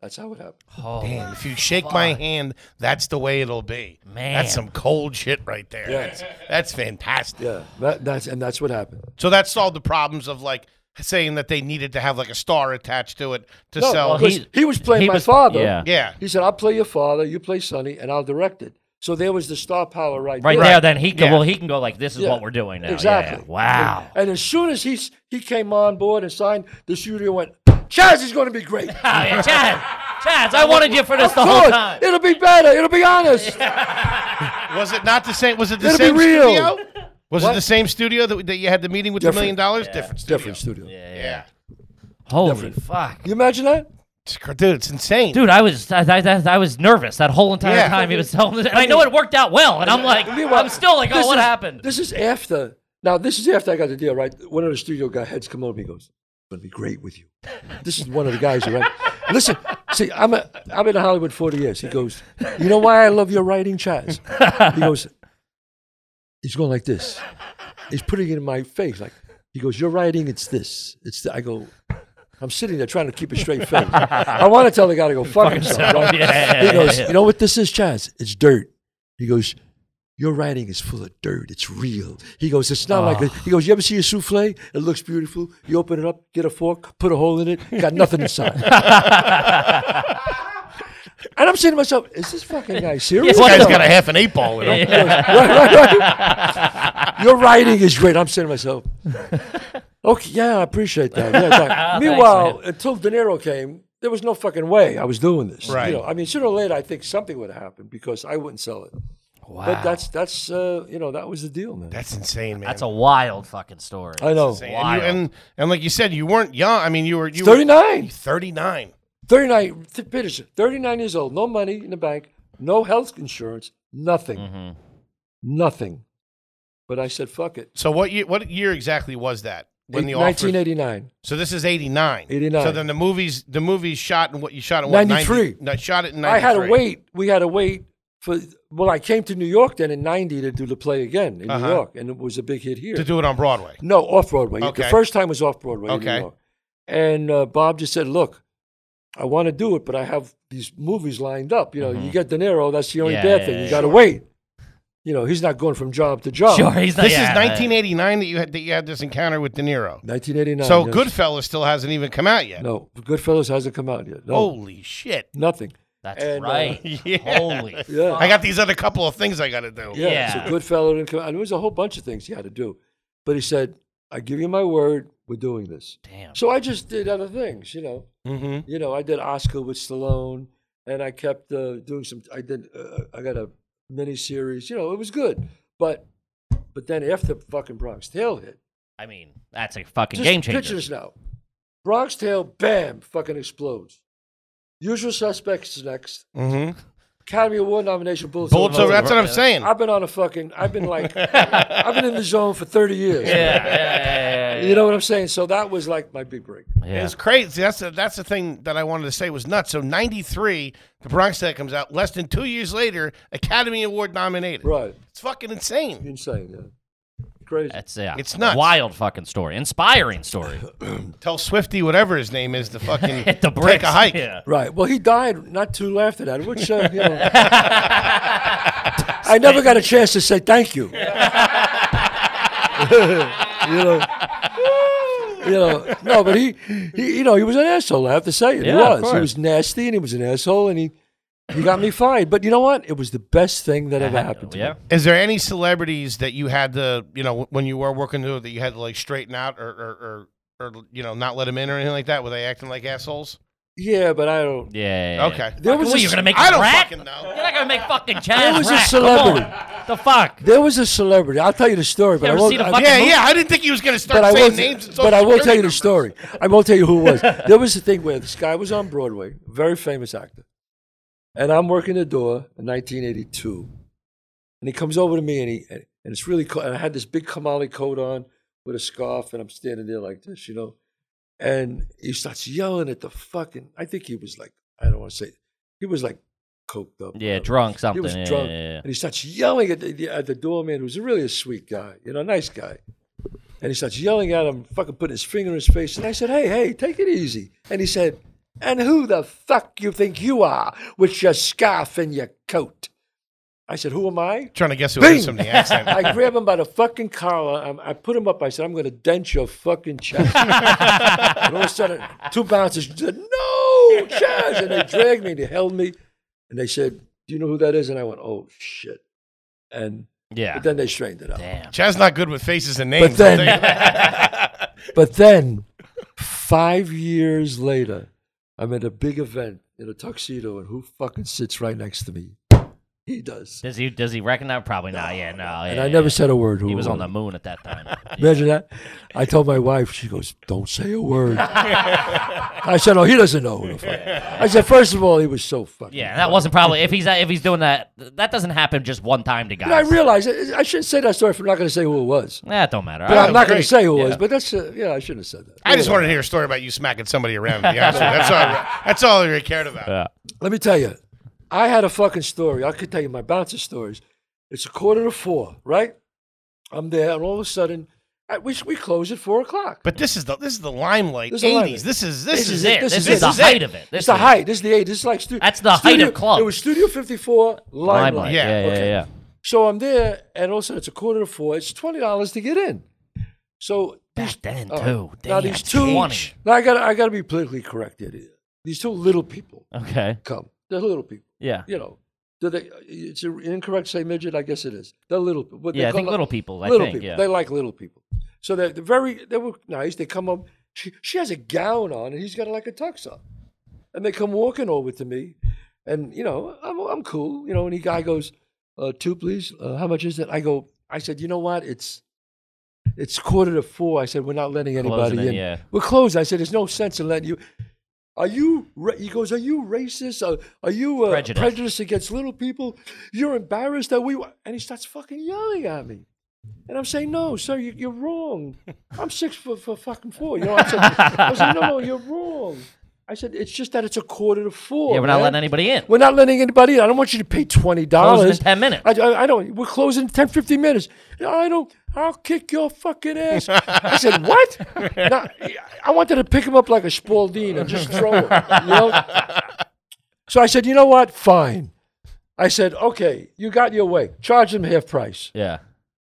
E: That's how it happened.
B: <sighs> Oh,
A: Damn, if you shake my hand, that's the way it'll be.
B: Man.
A: That's some cold shit right there.
E: Yeah.
A: That's, that's fantastic.
E: Yeah, that, that's and that's what happened.
A: So that solved the problems of like saying that they needed to have like a star attached to it to
E: No,
A: sell.
E: well,
B: he-
E: he, he was playing
B: he
E: my
B: was-
E: father.
B: yeah.
A: yeah.
E: He said, "I'll play your father. You play Sonny, and I'll direct it." So there was the star power right,
B: right
E: there.
B: there, then he can.
A: Yeah.
B: Well, he can go like, "This is
E: Yeah.
B: what we're doing now." Yeah,
E: Exactly.
B: yeah. Wow.
E: And, and as soon as he s- he came on board and signed, the studio went, "Chaz is going to
B: <laughs>
E: be great."
B: Oh, yeah, Chad, Chad, I wanted you for this the
E: Of
B: whole
E: course,
B: time.
E: It'll be better. It'll be honest.
A: Was it not the same? Was it the
E: It'll be
A: same
E: real.
A: studio?
E: <laughs>
A: Was it
E: What?
A: the same studio that, that you had the meeting with the
E: Different.
A: million dollars? Different studio.
E: Different studio.
B: Yeah, yeah.
A: Yeah.
B: Holy
E: Different.
B: fuck,
E: You imagine that?
A: It's cr- Dude, it's insane.
B: dude! I was I, I, I was nervous that whole entire
A: Yeah.
B: time he was telling, this, and I know it worked out well. And I'm like,
E: Meanwhile,
B: I'm still like, oh,
E: this
B: what
E: is-
B: happened?
E: This is after. Now, this is after I got the deal, right? One of the studio guy heads come over to me and goes, "It's gonna be great with you." This is one of the guys, right? <laughs> Listen, see, I'm a, I've been in Hollywood 40 years. He goes, "You know why I love your writing, Chaz?" He goes, "He's going like this. He's putting it in my face, like." He goes, "Your writing, it's this, it's." The, I go. I'm sitting there trying to keep a straight face. I want to tell the guy to go fuck himself. right?
B: yeah,
E: he goes,
B: yeah.
E: "You know what this is, Chaz? It's dirt." He goes, your writing is full of dirt. It's real. He goes, it's not like a, he goes. You ever see a souffle? It looks beautiful. You open it up, get a fork, put a hole in it. Got nothing inside. and I'm saying to myself, is this fucking guy serious?
B: What
A: This guy's
B: the-
A: got a half an eight
E: <laughs>
A: ball in him.
E: He goes, right, right, right. Your writing is great. I'm saying to myself, okay, yeah, I appreciate that. Yeah, thank- Meanwhile, until De Niro came, there was no fucking way I was doing this. You
A: Right.
E: know, I mean, sooner or later, I think something would have happened because I wouldn't sell it.
B: wow,
E: But that's that's uh, you know that was the deal, man.
A: That's insane, man.
B: that's a wild fucking story.
E: I know.
A: And, you,
B: wild.
A: and and like you said, you weren't young. I mean, you were you were
E: 39.
A: 39.
E: 39. Th- Peterson, 39 years old. No money in the bank. No health insurance. Nothing.
A: Mm.
B: Mm-hmm.
E: Nothing. But I said, fuck it.
A: So what year what year exactly was that? When the
E: Eight-
A: offer
E: 1989.
A: So this is 89.
E: 89.
A: So then the movies the movies shot in what you shot in what
E: 93.
A: 90 no, shot it in 93.
E: I had to wait. We had to wait for, well, I came to New York then in 90 to do the play again in
A: Uh-huh.
E: New York. And it was a big hit here.
A: to do it on
E: <laughs>
A: Broadway.
E: No, off Broadway.
A: Okay.
E: The first time was off Broadway in
A: Okay.
E: New York. And uh, Bob just said, "Look, I want to do it, but I have these movies lined up. You know,
A: Mm-hmm.
E: you get De Niro. That's the only
B: Yeah,
E: bad
B: yeah,
E: thing.
B: yeah.
E: you got to wait. You know, he's not going from job to job.
B: Sure, he's not.
A: This
B: yeah,
A: is 1989 that you had that you had this encounter with De Niro.
E: 1989.
A: So
E: yes.
A: Goodfellas still hasn't even come out yet.
E: No, Goodfellas hasn't come out yet. No,
A: Holy shit.
E: nothing.
B: That's
E: And, uh,
B: right. <laughs>
A: Yeah.
B: Holy.
E: Yeah.
A: I got these other couple of things I got to do.
E: Yeah.
B: Yeah.
E: So Goodfellas didn't come out. There was a whole bunch of things he had to do, but he said, "I give you my word, we're doing this."
B: Damn.
E: So I just did other things. You know.
A: Mm-hmm.
E: you know, I did Oscar with Stallone, and I kept uh, doing some. I did. Uh, I got a mini series. You know, it was good, But but then after fucking Bronx Tale hit,
B: I mean, that's a fucking
E: just
B: game changer.
E: picture this now. Bronx Tale, bam, fucking explodes. Usual Suspects is next.
A: Mm-hmm.
E: Academy Award nomination, Bullets.
A: Bullets
E: Over
A: over. That's what I'm
B: Yeah.
A: saying.
E: I've been on a fucking. I've been like, I've been in the zone for thirty
B: <laughs>
E: years.
B: Yeah, yeah, yeah, yeah, yeah.
E: You know what I'm saying? So that was like my big break.
B: Yeah.
A: It's crazy. That's the, that's the thing that I wanted to say was nuts. So '93, the Bronx Tale comes out. Less than two years later, Academy Award nominated.
E: Right.
A: It's fucking insane.
E: Insane. Yeah. Crazy.
B: That's yeah.
A: It's nuts.
B: Wild fucking story. Inspiring
E: <laughs>
B: story.
A: Tell Swifty, whatever his name is,
B: <laughs>
A: to fucking
B: Hit the bricks.
A: take a hike.
B: Yeah.
E: right. Well, he died not too long after that, which, uh, you know.
B: <laughs>
E: I never got a chance to say
B: <laughs>
E: thank you. you know. You know, no, but he, he, you know, he was an asshole. I have to say it.
B: Yeah,
E: he
B: of
E: was. He
B: course.
E: was nasty, and he was an asshole, and he, he got me fired. But you know what? It was the best thing that ever happened to me.
B: Yeah.
A: Is there any celebrities that you had to, you know, when you were working through it, that you had to like straighten out or, or, or, or you know, not let them in or anything like that? Were they acting like assholes?
E: Yeah, but I don't.
B: Yeah. yeah, yeah.
A: Okay.
E: There was
B: What,
E: a
B: you're
E: ce-
B: gonna make
A: I
B: a
A: don't
B: rat?
A: fucking know.
B: You're not gonna make fucking Chaz
E: There was a
B: rat. Come on.
E: celebrity.
B: The fuck?
E: There was a celebrity. I'll tell you the story, but
B: You
E: I
B: ever
E: won't.
B: see the
E: I-
B: fucking
A: Yeah,
B: movie?
A: yeah. I didn't think he was going to start
E: but I will.
A: saying names. and
E: but
A: social
E: I will
A: security
E: tell you the
A: numbers.
E: story. I won't tell you
A: <laughs>
E: who it was. there was a thing where this guy was on Broadway, very famous actor, and I'm working the door in 1982, and he comes over to me, and he and it's really cool. And I had this big Kamali coat on with a scarf, and I'm standing there like this, you know, and he starts yelling at the fucking. I think he was like, I don't want to say, he was like coked up.
B: Yeah,
E: whatever.
B: drunk something.
E: He was
B: yeah,
E: drunk,
B: Yeah, yeah,
E: and he starts yelling at the, the- at the doorman, who's really a sweet guy, you know, nice guy. And he starts yelling at him, fucking putting his finger in his face. And I said, "Hey, hey, take it easy." And he said, "And who the fuck you think you are with your scarf and your coat?" I said, "Who am I?"
A: Trying to guess who it is
E: Bing!
A: from the accent.
E: <laughs> I grab him by the fucking collar. I'm- I put him up. I said, "I'm going to dent your
B: <laughs>
E: fucking chest." and all of a sudden, two bouncers said, "No, Chaz!" And they dragged me. They held me, and they said, "Do you know who that is?" And I went, "Oh shit!" And
B: yeah.
E: but then they straightened it up.
B: Damn.
A: Chad's not good with faces and names.
E: But then-
A: I'll tell you that.
E: But then, five years later, I'm at a big event in a tuxedo, and who fucking sits right next to me? He does.
B: Does he does he recognize? Probably not. Yeah, no. Yeah,
E: And I never
B: yeah.
E: said a word. Who
B: he was
E: it
B: on the moon at that
E: <laughs>
B: time.
E: Imagine that. I told my wife, she goes, Don't say
B: <laughs>
E: a word. I said, Oh, he doesn't know. Who the fuck. I said, First of all, he was so fucking.
B: Yeah, that wasn't probably if he's if he's doing that. That doesn't happen just one time to
E: And I
B: guys.
E: realized I I shouldn't say that story if I'm not going to say who it was.
B: that don't matter.
E: But
B: I
E: I'm not going
A: great.
E: to say who it
B: Oh, Yeah.
E: was, but that's, uh, yeah, I shouldn't have said that.
A: I just wanted to hear a story about you smacking somebody around. To be honest with you. That's all. I, that's all I really cared about.
E: Let me tell you, I had a fucking story. I could tell you my bouncer stories. It's a quarter to four, right? I'm there, and all of a sudden, I, we, we close at four o'clock.
A: But this is the this is the limelight.
E: This is the limelight.
A: Eighties. This is this,
E: This
A: is
E: is
A: it.
B: This,
E: This
B: is,
E: is it.
B: the
E: This is
B: height of it. This
E: It's the
B: is-
E: height. This is the eight. This is like stu-
B: That's the height
E: studio,
B: of clubs.
E: It was Studio 54 Limelight.
B: Limelight. Yeah, yeah,
E: Okay.
B: yeah.
E: So I'm there, and all of a sudden it's a quarter to four. It's twenty dollars to get in. So
B: Back then
E: oh,
B: too.
E: now
B: Damn,
E: these two,
B: twenty.
E: now I got I got to be politically correct here. These two little people
B: Okay.
E: come. They're little people.
B: Yeah.
E: you know, do they? It's incorrect to say midget. I guess it is. They're little. What they
B: Yeah, I
E: call
B: think
E: it-
B: little people, I
E: little
B: think,
E: people.
B: yeah.
E: They like little people. So they're, they're very. They were nice. They come up. She she has a gown on, and he's got like a tux on, and they come walking over to me, and you know, I'm I'm cool, you know. And he guy goes, uh, two please. Uh, how much is it? I go. I said, you know what? It's it's quarter to four. I said, we're not letting anybody
B: Closing it,
E: in.
B: yeah.
E: We're closed. I said, there's no sense in letting you. Are you? Ra-? He goes, are you racist? Are, are you uh,
B: Prejudiced.
E: prejudiced against little people? You're embarrassed that we. Wa-? And he starts fucking yelling at me. And I'm saying, no, sir, you,
B: <laughs>
E: you're wrong. I'm six foot for fucking four. You know, I said, I said, no, no, you're wrong. I said, it's just that it's a quarter to four.
B: Yeah, we're not
E: man.
B: letting anybody in.
E: We're not letting anybody in. I don't want you to pay
B: Closing
E: twenty
B: in
E: dollars.
B: 10 minutes.
E: I, I, I don't. We're closing in 10, 15 minutes. I don't. I'll kick your fucking ass. I
B: <laughs>
E: said what? Now, I wanted to pick him up like a Spalding and just throw him. You know. So I said, you know what? Fine. I said, okay, you got your way. Charge them half price.
B: Yeah.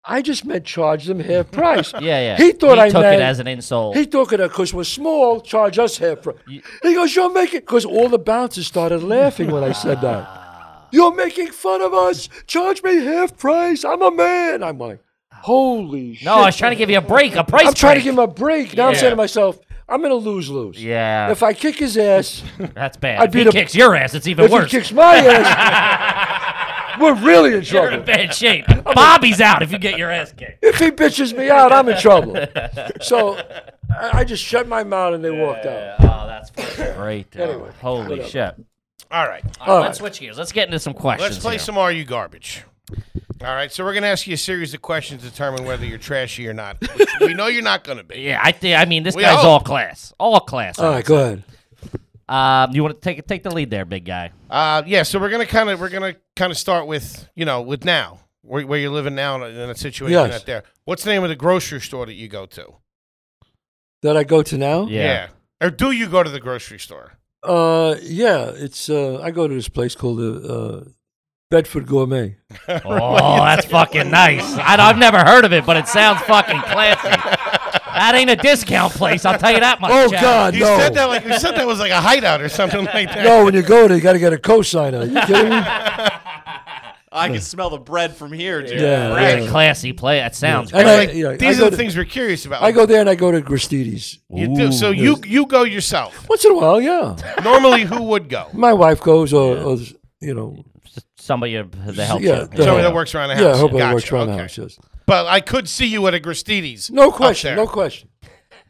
E: I just meant charge them half
B: <laughs>
E: price.
B: Yeah, yeah.
E: He thought I
B: took
E: meant-
B: it as an insult.
E: He talking to because we're small, charge us half price. He goes, You're making, because all the bouncers started laughing when I
B: <laughs>
E: said that. You're making fun of us. Charge me half price. I'm a man. I'm like, Holy shit.
B: no, I was trying to give you a break, a price
E: I'm trying to
B: break.
E: give him a break. Now I'm saying to myself, I'm going to lose lose.
B: Yeah.
E: If I kick his ass,
B: <laughs> That's bad.
E: I'd
B: if he
E: beat a-
B: kicks your ass, it's even
E: if
B: worse.
E: he kicks my ass, We're really in
B: <laughs> You're in
E: trouble.
B: bad shape. Bobby's out if you get your ass
E: <laughs>
B: kicked.
E: If he bitches me out, I'm in trouble. So I, I just shut my mouth and they walked out.
B: Oh, that's fucking great. dude.
E: Anyway,
B: Holy shit.
A: All right.
B: All right,
E: right.
B: let's switch gears. Let's get into some questions.
A: Let's play
B: here.
A: some Are You Garbage. All right, so we're gonna ask you a series of questions to determine whether you're trashy or not. which we know you're not gonna be.
B: Yeah, I think. I mean, this
A: We
B: guy's
A: hope.
B: all class. All class.
E: All right, go ahead.
B: Um, you want to take take the lead there, big guy?
A: Uh, yeah, so we're gonna kind of we're gonna kind of start with you know with now where, where you're living now in a situation
E: Yes.
A: out there. What's the name of the grocery store that you go to?
E: That I go to now?
A: Or do you go to the grocery store?
E: Uh, yeah. It's uh, I go to this place called the uh, Bedford Gourmet.
A: <laughs>
B: Oh, that's fucking nice. I, have never heard of it, but it sounds fucking classy. That ain't a discount place. I'll tell you that much.
E: Oh
B: Chad.
E: God,
A: You
E: no!
A: said that like you said that was like a hideout or
E: <laughs>
A: something like that.
E: No, when you go there, you got to get a cosigner. You kidding me?
A: <laughs>
E: Yeah,
F: I can smell the bread from here, dude.
B: Very
E: yeah.
B: classy place. That sounds.
E: And
B: great.
E: I,
A: Like,
E: you know, I
A: these are
E: go
A: the
E: to-
A: things we're curious about.
E: I go there and I go to Gristides
A: you do, so you you go yourself.
E: once in a while. Yeah,
A: Normally, who would go?
E: my wife goes, or, or you know,
B: Somebody uh, that helps
E: yeah,
B: you.
E: the-
A: Somebody that works around the house.
E: yeah, I hope
A: Gotcha,
E: I works around the
A: okay.
E: house. Yes.
A: But I could see you at a Gristides.
E: No
A: up
E: question.
A: there.
E: No question.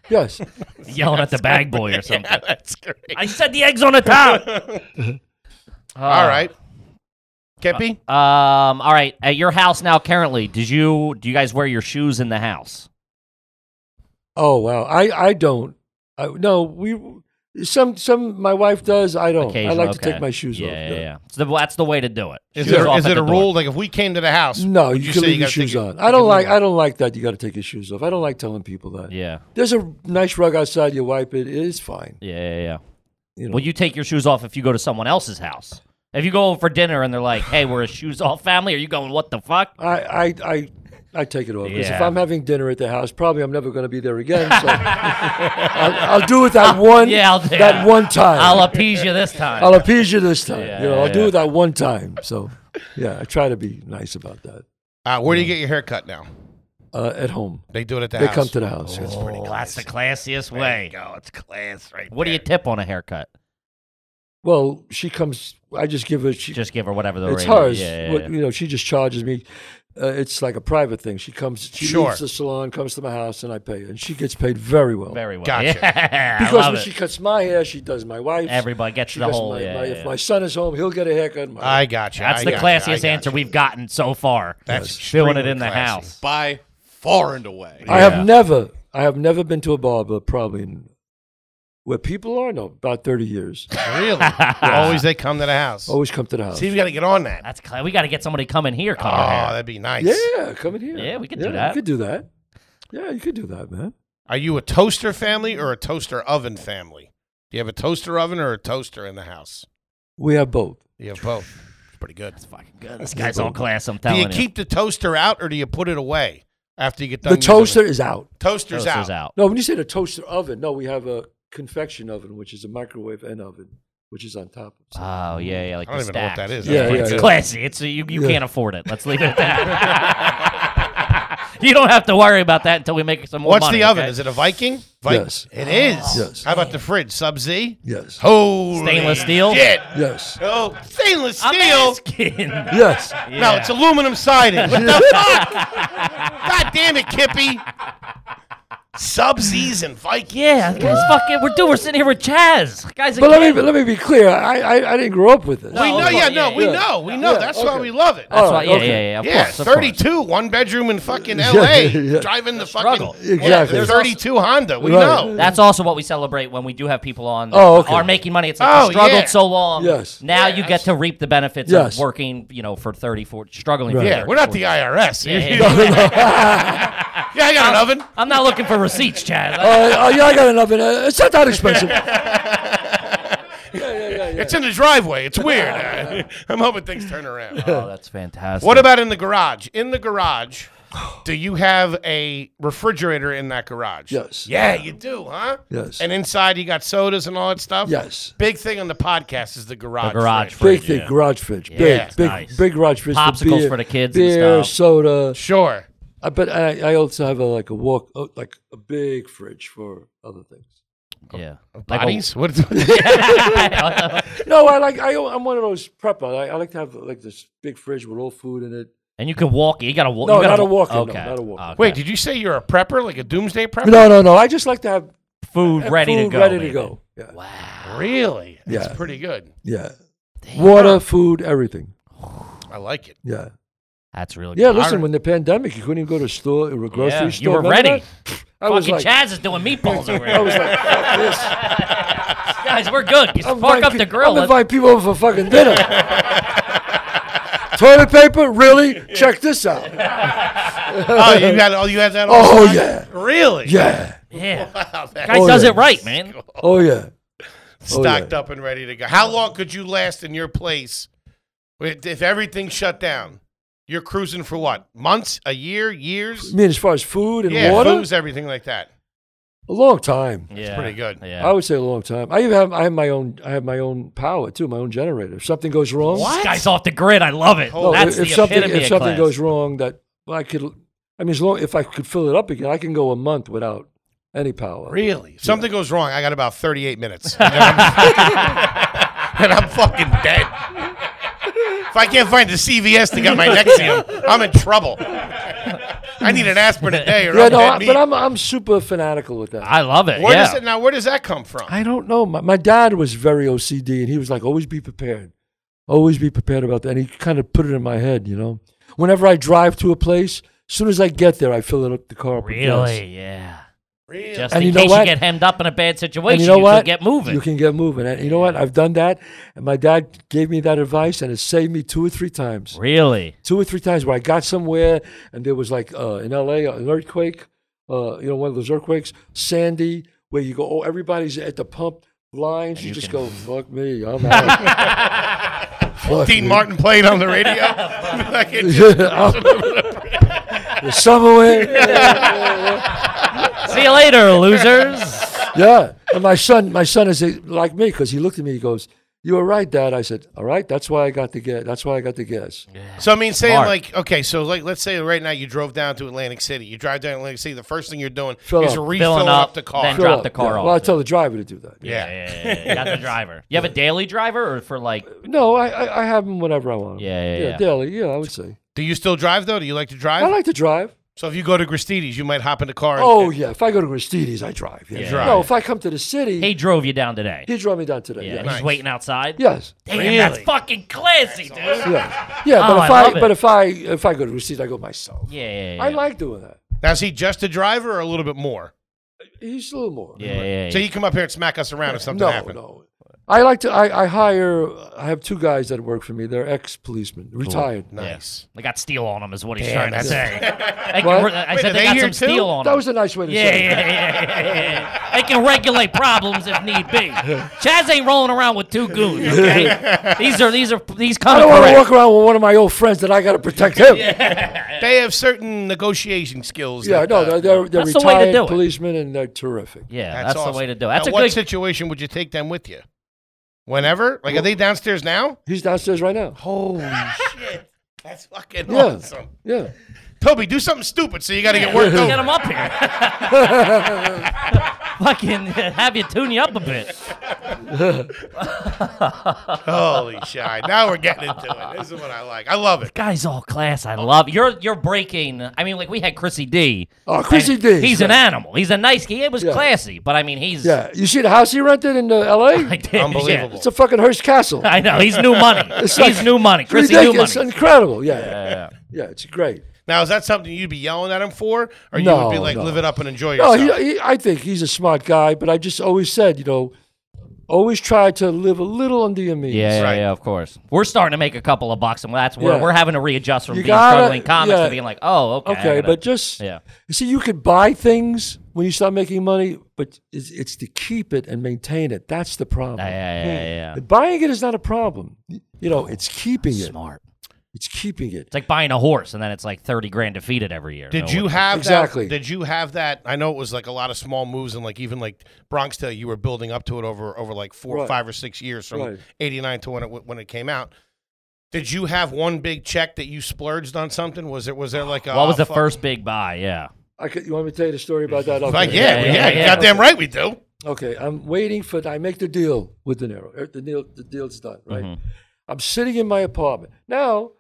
E: Yes.
B: <laughs> Yelling at the bag boy or something.
A: That's great.
B: I said the eggs on
A: <laughs>
B: the top. Uh,
A: All right. Kepi?
B: Um. All right. At your house now, currently, did you do you guys wear your shoes in the house?
E: Oh wow. I I don't. I, no, we. Some some my wife does. Oh, I don't. I like to
B: Occasional,
E: take
B: okay.
E: my shoes
B: yeah,
E: off.
B: Yeah, yeah. So that's the way to do it.
A: is
B: Shoes
A: there,
B: off
A: is
B: at
A: it
B: the
A: a
B: door.
A: rule? Like, if we came to the house,
E: No,
A: would
E: you, can
A: say
E: leave your
A: gotta take
E: shoes on. I
A: you
E: don't
A: can
E: like.
A: leave
E: I don't like that. You got to take your shoes off. I don't like telling people that.
B: Yeah.
E: There's a nice rug outside. You wipe it. It's fine.
B: Yeah, yeah, yeah.
E: You know.
B: Well, you take your shoes off if you go to someone else's house. If you go over for dinner and they're like, "Hey, we're a shoes off family," are you going, "What the fuck?"
E: I I I, I take it off because if
B: Yeah.
E: I'm having dinner at the house, probably I'm never going to be there again.
B: <laughs>
E: So I'll, I'll do it that one.
B: Yeah, I'll- yeah.
E: that one time.
B: I'll appease you this time.
E: I'll appease you this time.
B: Yeah,
E: you know,
B: yeah,
E: I'll do
B: yeah.
E: it that one time. So, yeah, I try to be nice about that
A: on. Uh, where do you get your hair cut now?
E: uh, at home.
A: They do it at the
E: They
A: house.
E: come to the house. It's
B: oh, that's the classiest way.
A: Oh, it's class right
B: What do you tip on a haircut?
E: Well, she comes. I just give her. She,
B: Just give her whatever the
E: it's
B: rate is.
E: hers.
B: Yeah, yeah,
E: What-
B: yeah.
E: You know, she just charges me. Uh, it's like a private thing. She comes. She
A: Sure.
E: leaves the salon, comes to my house, and I pay her. And she gets paid very well.
B: Very well.
A: Gotcha.
B: <laughs> Yeah, I
E: because
B: love
E: when
B: it.
E: she cuts my hair, she does my wife's.
B: Everybody gets
E: she
B: the
E: does
B: whole.
E: my,
B: yeah,
E: my,
B: yeah, yeah.
E: If my son is home, he'll get a haircut. My
A: I got you.
B: That's
A: I
B: the
A: got you, I
B: classiest
A: got
B: answer
A: you.
B: we've gotten so far.
A: That's
B: Doing it
A: extremely
B: in the
A: classy.
B: house.
F: By far and away.
E: I
B: Yeah.
E: have never, I have never been to a barber probably in, where people are. No, about thirty years.
A: <laughs>
B: <laughs>
A: Really? Always they come to the house.
E: Always come to the house.
A: See, we got to get on that.
B: That's cla- we got to get somebody coming here.
A: Oh,
B: Coming
A: that'd be nice.
E: yeah, come in here.
B: Yeah, we could do
E: yeah,
B: that.
E: You could do that. Yeah, you could do that, man.
A: Are you a toaster family or a toaster oven family? Do you have a toaster oven or a toaster in the house?
E: We have both.
A: You have both. It's pretty good.
B: fucking good. This guy's on class. I'm
A: Do
B: telling
A: you keep the toaster out or do you put it away after you get done?
E: The
A: using
E: toaster
A: it?
E: is out.
A: Toaster's,
B: Toaster's
A: out.
B: out.
E: No, when you say the toaster oven, no, we have a confection oven, which is a microwave and oven, which is on top. Of something.
B: Oh yeah, yeah. Like
A: I don't
B: the
A: even know what
B: stack.
A: that is. That's
E: Yeah, yeah,
A: pretty
B: it's
E: yeah.
A: good.
B: classy. It's you. You
E: Yeah.
B: can't afford it. Let's leave it at that. <laughs> you don't have to worry about that until we make some more
A: What's
B: money.
A: the oven?
B: okay?
A: Is it a Viking? Vi-
E: Yes.
A: It is.
E: Yes.
A: How about the fridge? Sub Z?
E: yes,
A: Holy
B: Stainless steel?
A: Shit.
E: yes,
A: Oh, stainless
B: I'm
A: steel.
B: asking.
E: yes.
A: No, it's aluminum siding. What
E: <laughs>
A: the fuck? God damn it, Kippy. Sub Z's and Viking.
B: Yeah, guys, fucking. We're doing. We're sitting here with Chaz. Guys,
E: But let
B: again.
E: me let me be clear. I I, I didn't grow up with this.
A: We
B: No,
A: know,
B: of
A: yeah,
B: course,
A: no,
B: yeah,
A: we
E: yeah.
A: know, we know.
E: Yeah,
A: That's why
E: okay. Oh,
A: we love it.
B: That's
E: All
B: why.
E: right,
B: Yeah,
E: okay.
B: yeah, yeah. Of
A: yeah,
B: course, of course.
A: 32, one bedroom in fucking LA,
E: yeah.
A: driving the fucking
E: Exactly.
A: yeah, 32 Honda. We
E: Right.
A: know.
B: That's also what we celebrate when we do have people on that
E: Oh, okay.
B: are making money. It's like you
A: Oh,
B: struggled
A: yeah.
B: so long.
E: Yes.
B: Now you get to reap the benefits
E: Yes.
B: of working, you know, for 30, 40, struggling for
A: yeah,
B: 30,
A: we're not the IRS. <laughs> Yeah,
B: yeah,
A: I got an oven.
B: I'm not looking for receipts, Chad.
E: Uh, oh yeah, I got an oven. Uh, it's not that
B: <laughs>
E: expensive. yeah, yeah, yeah, yeah.
A: It's in the driveway. It's weird.
B: <laughs>
A: Uh, I'm hoping things turn around.
B: oh, that's fantastic.
A: What about in the garage? In the garage, do you have a refrigerator in that garage?
E: Yes.
A: Yeah, you do, huh?
E: Yes.
A: And inside you got sodas and all that stuff?
E: Yes.
A: Big thing on the podcast is the garage.
B: garage
A: fridge.
B: fridge?
E: Big thing,
B: yeah.
E: garage fridge.
B: Yeah,
E: big, big,
B: nice.
E: big garage fridge.
B: Popsicles
E: beer,
B: for the kids and
E: Beer,
B: stuff.
E: soda.
A: Sure.
E: oh, I, but I, I also have a, like a walk, uh, like a big fridge for other things.
B: Yeah. Like a-
A: Bodies? <laughs> What
B: <laughs>
A: is-
E: No, I like I, I'm one of those prepper. I, I like to have like this big fridge with all food in it.
B: and you can walk. You got to walk.
E: No,
B: you gotta
E: not a walk-in, no,
B: Okay.
E: not a walk-in.
B: Okay.
A: Wait, did you say you're a prepper, like a doomsday prepper?
E: No, no, no. I just like to have
B: food ready to
E: food
B: go.
E: Ready
B: baby.
E: to go. Yeah,
B: Wow.
A: Really?
E: Yeah.
A: That's pretty good.
E: yeah. Water, food, everything.
A: I like
E: <laughs>
A: it.
E: Yeah,
B: That's really
E: yeah.
B: good.
E: Listen, when the pandemic, you couldn't even go to a store or a grocery
B: Yeah, you
E: store.
B: were
E: Remember
B: ready.
E: that? I was
B: Fucking
E: like,
B: Chaz is doing meatballs over here.
E: <laughs> I was like,
B: <laughs>
E: fuck this.
B: Guys, we're good. Just
E: I'm
B: fork
E: like-
B: up the grill.
E: I'm
B: Let's-
E: invite people over for
B: <laughs>
E: fucking dinner. Toilet
B: <laughs>
E: paper, really? Check this
A: Oh,
E: out. <laughs>
A: you got oh, you had that. all-
E: Oh yeah,
A: really?
E: yeah. <laughs>
B: yeah.
A: Wow, that's
B: Guy
E: Oh,
B: does
E: yeah.
B: it right, man.
E: Oh yeah. Oh,
A: stocked up and ready to go. How long could you last in your place with- if everything shut down? You're cruising for what? Months? A year? Years?
E: I mean, as far as food and
A: Yeah,
E: water,
A: booze, everything like that.
E: a long time.
B: Yeah.
A: pretty good.
B: Yeah.
E: I would say a long time. I even have I have my own I have my own power too, my own generator. If something goes wrong,
B: This guy's off the grid. I love it.
A: No,
B: That's
E: if,
B: the
E: something
B: epitome
E: if
B: of
E: something
B: class.
E: goes wrong, that well, I could I mean, as long if I could fill it up again, I can go a month without any power.
A: Really? If something goes wrong, I got about 38
B: <laughs>
A: minutes. And then I'm, and I'm <laughs> fucking dead. If I can't find a CVS to get my Nexium, I'm in trouble. I need an aspirin a day or
E: Yeah,
A: I'm
E: no,
A: dead
E: I,
A: meat.
E: but I'm I'm super fanatical with that. I,
B: I love it.
A: Where
B: yeah.
A: does it, now, where does that come from?
E: don't know. My, my dad was very OCD, and he was like, always be prepared, always be prepared about that. And he kind of put it in my head, you know. Whenever I drive to a place, as soon as I get there, I fill it up the car. up with gas.
B: Really? Yeah.
A: Really?
B: Just
E: And
B: in
E: you know
B: case you
E: what?
B: get hemmed up in a bad situation,
E: And
B: you,
E: you know
B: can
E: what?
B: get moving.
E: You can get moving. And you know what? I've done that. And my dad gave me that advice, and it saved me two or three times.
B: really?
E: Two or three times where I got somewhere, and there was like uh, in LA an earthquake, uh, you know, one of those earthquakes, Sandy, where you go, oh, everybody's at the pump lines. You,
B: <laughs>
E: just go, fuck me, I'm out. Fuck
A: Dean
E: me. <laughs>
A: Martin played on the
B: <laughs>
A: radio. Like it just-
E: I'm- the subway.
B: See you later, losers.
E: <laughs> yeah. And my son, my son is uh, like me because he looked at me. He goes, "You were right, Dad." I said, "All right. That's why I got the gas. That's why I got the gas."
A: So I mean, saying
B: Hard.
A: like, okay, so like, let's say right now you drove down to Atlantic City. You drive down to Atlantic City. The first thing you're doing
E: Fill
A: is
E: up.
A: refilling
B: Filling
A: up,
B: up,
A: the car.
B: then
E: Fill
B: drop
E: up,
B: the car
E: yeah.
B: off
E: Well, I
B: there.
E: tell the driver to do that.
A: yeah.
B: yeah, yeah, yeah. You got the driver. You have a daily driver or for like
E: No, I, I I have them whenever I want. 'em.
B: Yeah, yeah, yeah.
E: daily. Yeah, I would say.
A: Do you still drive though? Do you like to drive?
E: I like to drive.
A: so if you go to Gristides, you might hop in the car. and-
E: Oh yeah, if I go to Aristides, I drive. Yeah.
B: Yeah.
E: No, if I come to the city,
B: he drove you down today.
E: he drove me down today.
B: Yeah,
E: Yeah.
B: he's
A: Nice.
B: waiting outside.
E: Yes.
B: Damn, that's
A: Really?
B: fucking classy, dude. Yeah,
E: Yeah.
B: Oh,
E: Yeah. but if
B: I
E: I,
B: love it.
E: but if I if I go to Aristides, I go myself.
B: yeah, yeah.
E: I like doing that.
A: Now is he just a driver or a little bit more?
E: He's a little more.
B: yeah, yeah, yeah.
A: So you come up here and smack us around if something
E: No,
A: happened.
E: no. I like to. I, I hire. I have two guys that work for me. They're ex policemen, retired.
A: Nice.
B: They got steel on him, is what he's
A: Damn,
B: trying to
A: that's-
B: say. They can
E: What?
B: re-
A: Wait,
B: I
A: are
B: said
A: they
B: they got
A: here
B: some
A: too?
B: steel on
E: That
B: them.
E: was a nice way to
B: yeah,
E: say it.
B: yeah,
E: <laughs>
B: yeah, yeah, yeah. They can regulate problems if need be. Chaz ain't rolling around with two goons.
E: <laughs>
B: Okay? these are these are these
E: I
B: coming
E: don't want to
B: correct.
E: walk around with one of my old friends that I got to protect
B: <laughs>
E: him. yeah,
A: They have certain negotiation skills. that,
E: no,
A: uh,
E: they're, they're, they're
B: That's the way to
E: retired
B: do it.
E: policemen and they're terrific.
B: Yeah, that's,
A: awesome.
B: the way to do. it. That's
A: now,
B: a
A: what
B: good.
A: situation would you take them with you? Whenever? Like, are they downstairs now?
E: He's downstairs right now. <laughs>
A: Holy shit. That's fucking
E: Yeah.
A: awesome.
E: Yeah.
A: Toby, do something stupid so you got to get
B: <laughs> Get
A: <laughs> worked over.
B: them up here.
A: <laughs>
B: Fucking have you tune you up a bit.
A: Holy shit. Now we're getting into it. This is what I like. I love it.
B: Guys, all class. I love you're you're breaking. I mean, like we had Chrissy D.
E: Oh, Chrissy
B: and
E: D.
B: He's an animal. He's a nice guy. It was
E: Yeah.
B: classy, but I mean, he's
E: Yeah. You see the house he rented in uh,
B: <laughs>
E: L.A.?
B: I did, yeah.
A: Unbelievable.
E: It's a fucking Hearst Castle.
B: <laughs> I know he's new money.
E: <laughs> It's
B: he's
E: like-
B: new money.
E: It's
B: Chrissy new
E: ridiculous.
B: money.
E: incredible. Yeah. Yeah, it's great.
A: Now, is that something you'd be yelling at him for? Or you would be
E: No,
A: like,
E: no.
A: live it up and enjoy
E: No,
A: yourself?
E: Oh, he, he, I think he's a smart guy, but I just always said, you know, always try to live a little under your means. <laughs>
B: Yeah, yeah,
A: Right.
B: yeah, of course. We're starting to make a couple of bucks, and that's where
E: Yeah.
B: we're having to readjust from
E: You
B: being
E: gotta-
B: struggling comics
E: yeah.
B: to being like, oh, okay. I
E: Okay,
B: gotta-
E: but just
B: yeah,
E: You see, you could buy things when you start making money, but it's, it's to keep it and maintain it. That's the problem.
B: yeah, yeah, yeah, yeah, yeah.
E: And buying it is not a problem. You know, it's keeping it.
B: Smart.
E: It's keeping it.
B: It's like buying a horse, and then it's like thirty grand to feed it every year.
A: Did
B: No
A: you
B: one-
A: have
E: Exactly.
A: That, did you have that? I know it was like a lot of small moves and like even like Bronx Tale, you were building up to it over over like four,
E: Right.
A: five, or six years from
E: Right.
A: '89 to when it when it came out. Did you have one big check that you splurged on something? Was it was there like a
B: What was the
A: Oh, fuck-
B: first big buy? Yeah.
E: I could, you want me to tell you the story about that?
A: Like,
E: Okay.
A: yeah,
B: Yeah,
A: yeah,
B: yeah,
A: you
B: yeah.
A: goddamn right we do.
E: Okay, I'm waiting for. I make the deal with De Niro. Er, The deal, the deal's done, right?
A: Mm-hmm.
E: I'm sitting in my apartment now.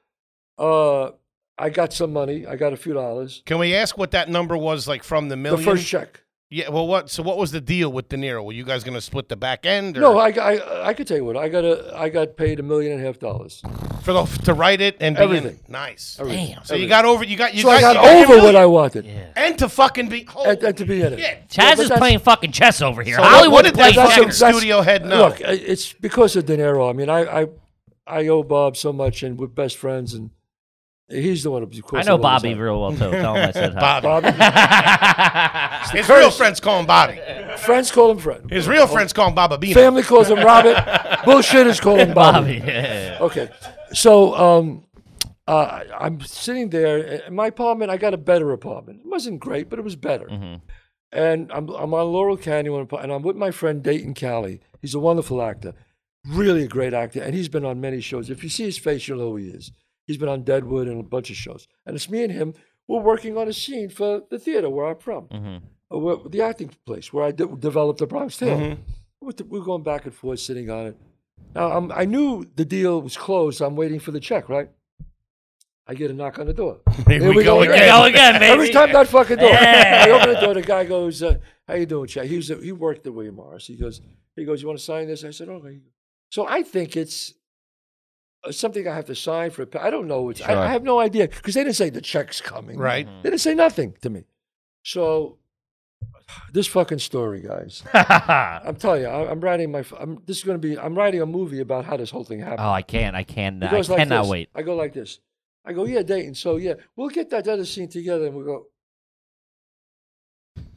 E: Uh, I got some money. I got a few dollars.
A: Can we ask what that number was like from the
E: The
A: million?
E: first check.
A: yeah. Well, what? So what was the deal with De Niro? Were you guys going to split the back end? Or
E: No, I, I I could tell you what I got. A, I got paid a million and a half dollars.
A: for the to write it and be in-
E: Everything.
A: nice.
B: Damn.
A: So you got over. You got. You
E: So
A: got,
E: I got
A: you your
E: over what
A: million
E: I wanted,
A: and to fucking be. Holy
E: and, and to be in it.
A: shit.
E: Yeah,
B: Chaz
E: but
B: is
E: that's-
B: playing fucking chess over here.
A: So what-
B: Hollywood
A: what did
B: plays
A: that
E: that's-
B: checkers.
A: fucking
E: <laughs> that's-
A: studio head know?
E: Look, I- it's because of De Niro. I mean, I, I I owe Bob so much, and we're best friends, and he's the one. Of course,
B: I know
E: love his
B: Bobby
E: son.
B: real well too. Tell him I said hi.
A: Bobby.
E: Bobby,
A: His real friends call him Bobby.
E: friends call him friend.
A: His real friends call him Baba Bean.
E: Family calls him
A: <laughs>
E: Robert. Bullshitters call him Bobby.
B: Bobby. yeah.
E: Okay, so um, uh, I'm sitting there in my apartment. I got a better apartment. It wasn't great, but it was better. And I'm I'm on Laurel Canyon, and I'm- and I'm with my friend Dayton Cali. He's a wonderful actor, really a great actor, and he's been on many shows. If you see his face, you'll know who he is. He's been on Deadwood and a bunch of shows. And it's me and him. We're working on a scene for the theater where I'm from, uh, where, the acting place where I de- developed the Bronx Tale. We're, t- we're going back and forth, sitting on it. Now, I'm, I knew the deal was closed. I'm waiting for the check, right? I get a knock on the door.
A: Here we go
B: Here we go again, baby.
E: Every time that fucking door,
B: Yeah.
E: I open the door. The guy goes, uh, "How you doing, Chad?" He was a, he worked at William Morris. He goes, he goes, "You want to sign this?" I said, "Okay." So I think it's uh, something I have to sign for. a pa- I don't know. It's, I, I have no idea because they didn't say the check's coming.
A: Right.
E: They didn't say nothing to me. So this fucking story, guys. I'm telling you, I, I'm writing my. f- I'm, this is going to be. I'm writing a movie about how this whole thing
B: <laughs>
E: happened.
B: oh, I can't. I can't.
E: He
B: I
E: goes like
B: cannot
E: this.
B: wait. <laughs>
E: I go like this. I go, yeah, Dayton. So yeah, we'll get that other scene together, and we go.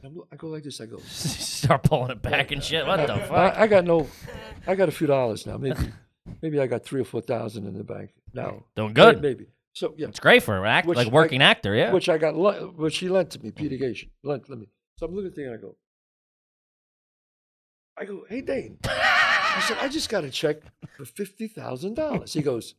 E: I'm- I go like this. I go.
B: Start pulling it back and shit. What
E: <laughs>
B: the fuck?
E: I, I got no. I got a few dollars now. Maybe, maybe I got three or four thousand in the bank now.
B: Doing good.
E: Maybe. So yeah,
B: It's great for an act,
E: Which
B: like
E: I-
B: working actor. Yeah.
E: which I got, le- which he lent to me. Peter Gation lent, lent me. So I'm looking at the thing and I go, I go, hey Dane, I said I just got a check for fifty thousand dollars. He goes,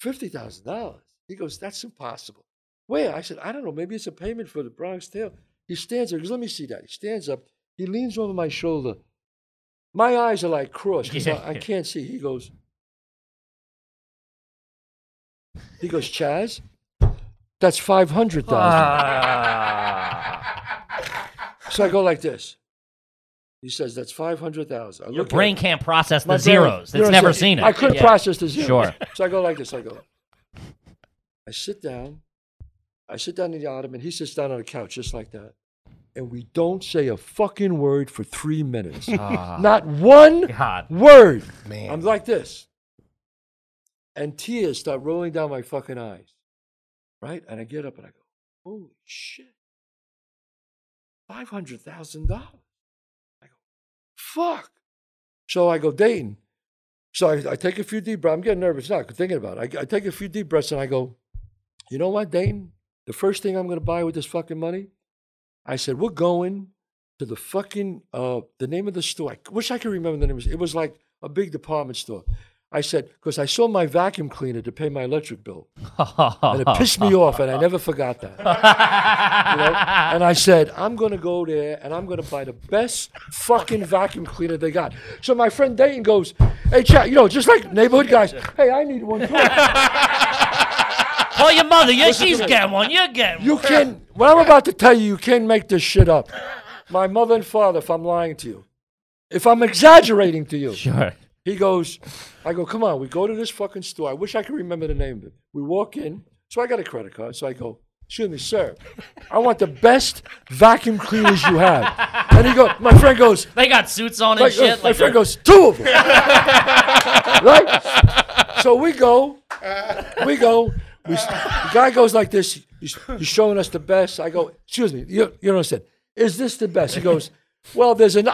E: fifty thousand dollars. He goes, that's impossible. Where? I said, I don't know. Maybe it's a payment for the Bronx Tale. He stands there. He goes, let me see that. He stands up. He leans over my shoulder. My eyes are like crossed because I, I can't see. He goes. He goes, Chaz, that's five hundred thousand.
B: Ah.
E: So I go like this. He says, "That's five hundred thousand.
B: your brain can't process the
E: My brain-
B: zeros.
E: you know
B: It's
E: what
B: never
E: I'm saying?
B: seen it.
E: I couldn't
B: Yeah.
E: process the zero.
B: Sure.
E: So I go like this. I go. I sit down. I sit down in the ottoman. He sits down on the couch just like that, and we don't say a fucking word for three minutes.
B: Ah.
E: Not one
B: God. <laughs>
E: word.
A: Man.
E: I'm like this, and tears start rolling down my fucking eyes. Right, and I get up and I go, "Holy shit! Five hundred thousand dollars." fuck. So I go, Dayton. So I, I take a few deep breaths. I'm getting nervous now. I'm thinking about it. I, I take a few deep breaths and I go, you know what, Dayton? The first thing I'm going to buy with this fucking money, I said, we're going to the fucking, uh, the name of the store. I wish I could remember the name. Of it. it was like a big department store. I said, because I sold my vacuum cleaner to pay my electric bill.
B: Oh,
E: And it pissed me off, and I never forgot that. You know? And I said, I'm going to go there and I'm going to buy the best fucking vacuum cleaner they got. So my friend Dayton goes, Hey, Chad, you know, just like neighborhood guys, hey, I need one too.
B: Call your mother. Yeah, she's
E: to me.
B: getting one. You're getting
E: You
B: one.
E: can, what I'm about to tell you, you can make this shit up. My mother and father, if I'm lying to you, if I'm exaggerating to you.
B: Sure.
E: He goes, I go, come on, we go to this fucking store. I wish I could remember the name of it. We walk in, so I got a credit card. So I go, excuse me, sir, I want the best vacuum cleaners you have. And he goes, my friend goes,
B: <laughs> They got suits on and
E: my,
B: shit.
E: my
B: like
E: friend goes, two of them.
B: <laughs>
E: right? So we go, we go. We, s- the guy goes like this. He's, he's showing us the best. I go, excuse me, you, you don't understand. Is this the best? He goes, well, there's an,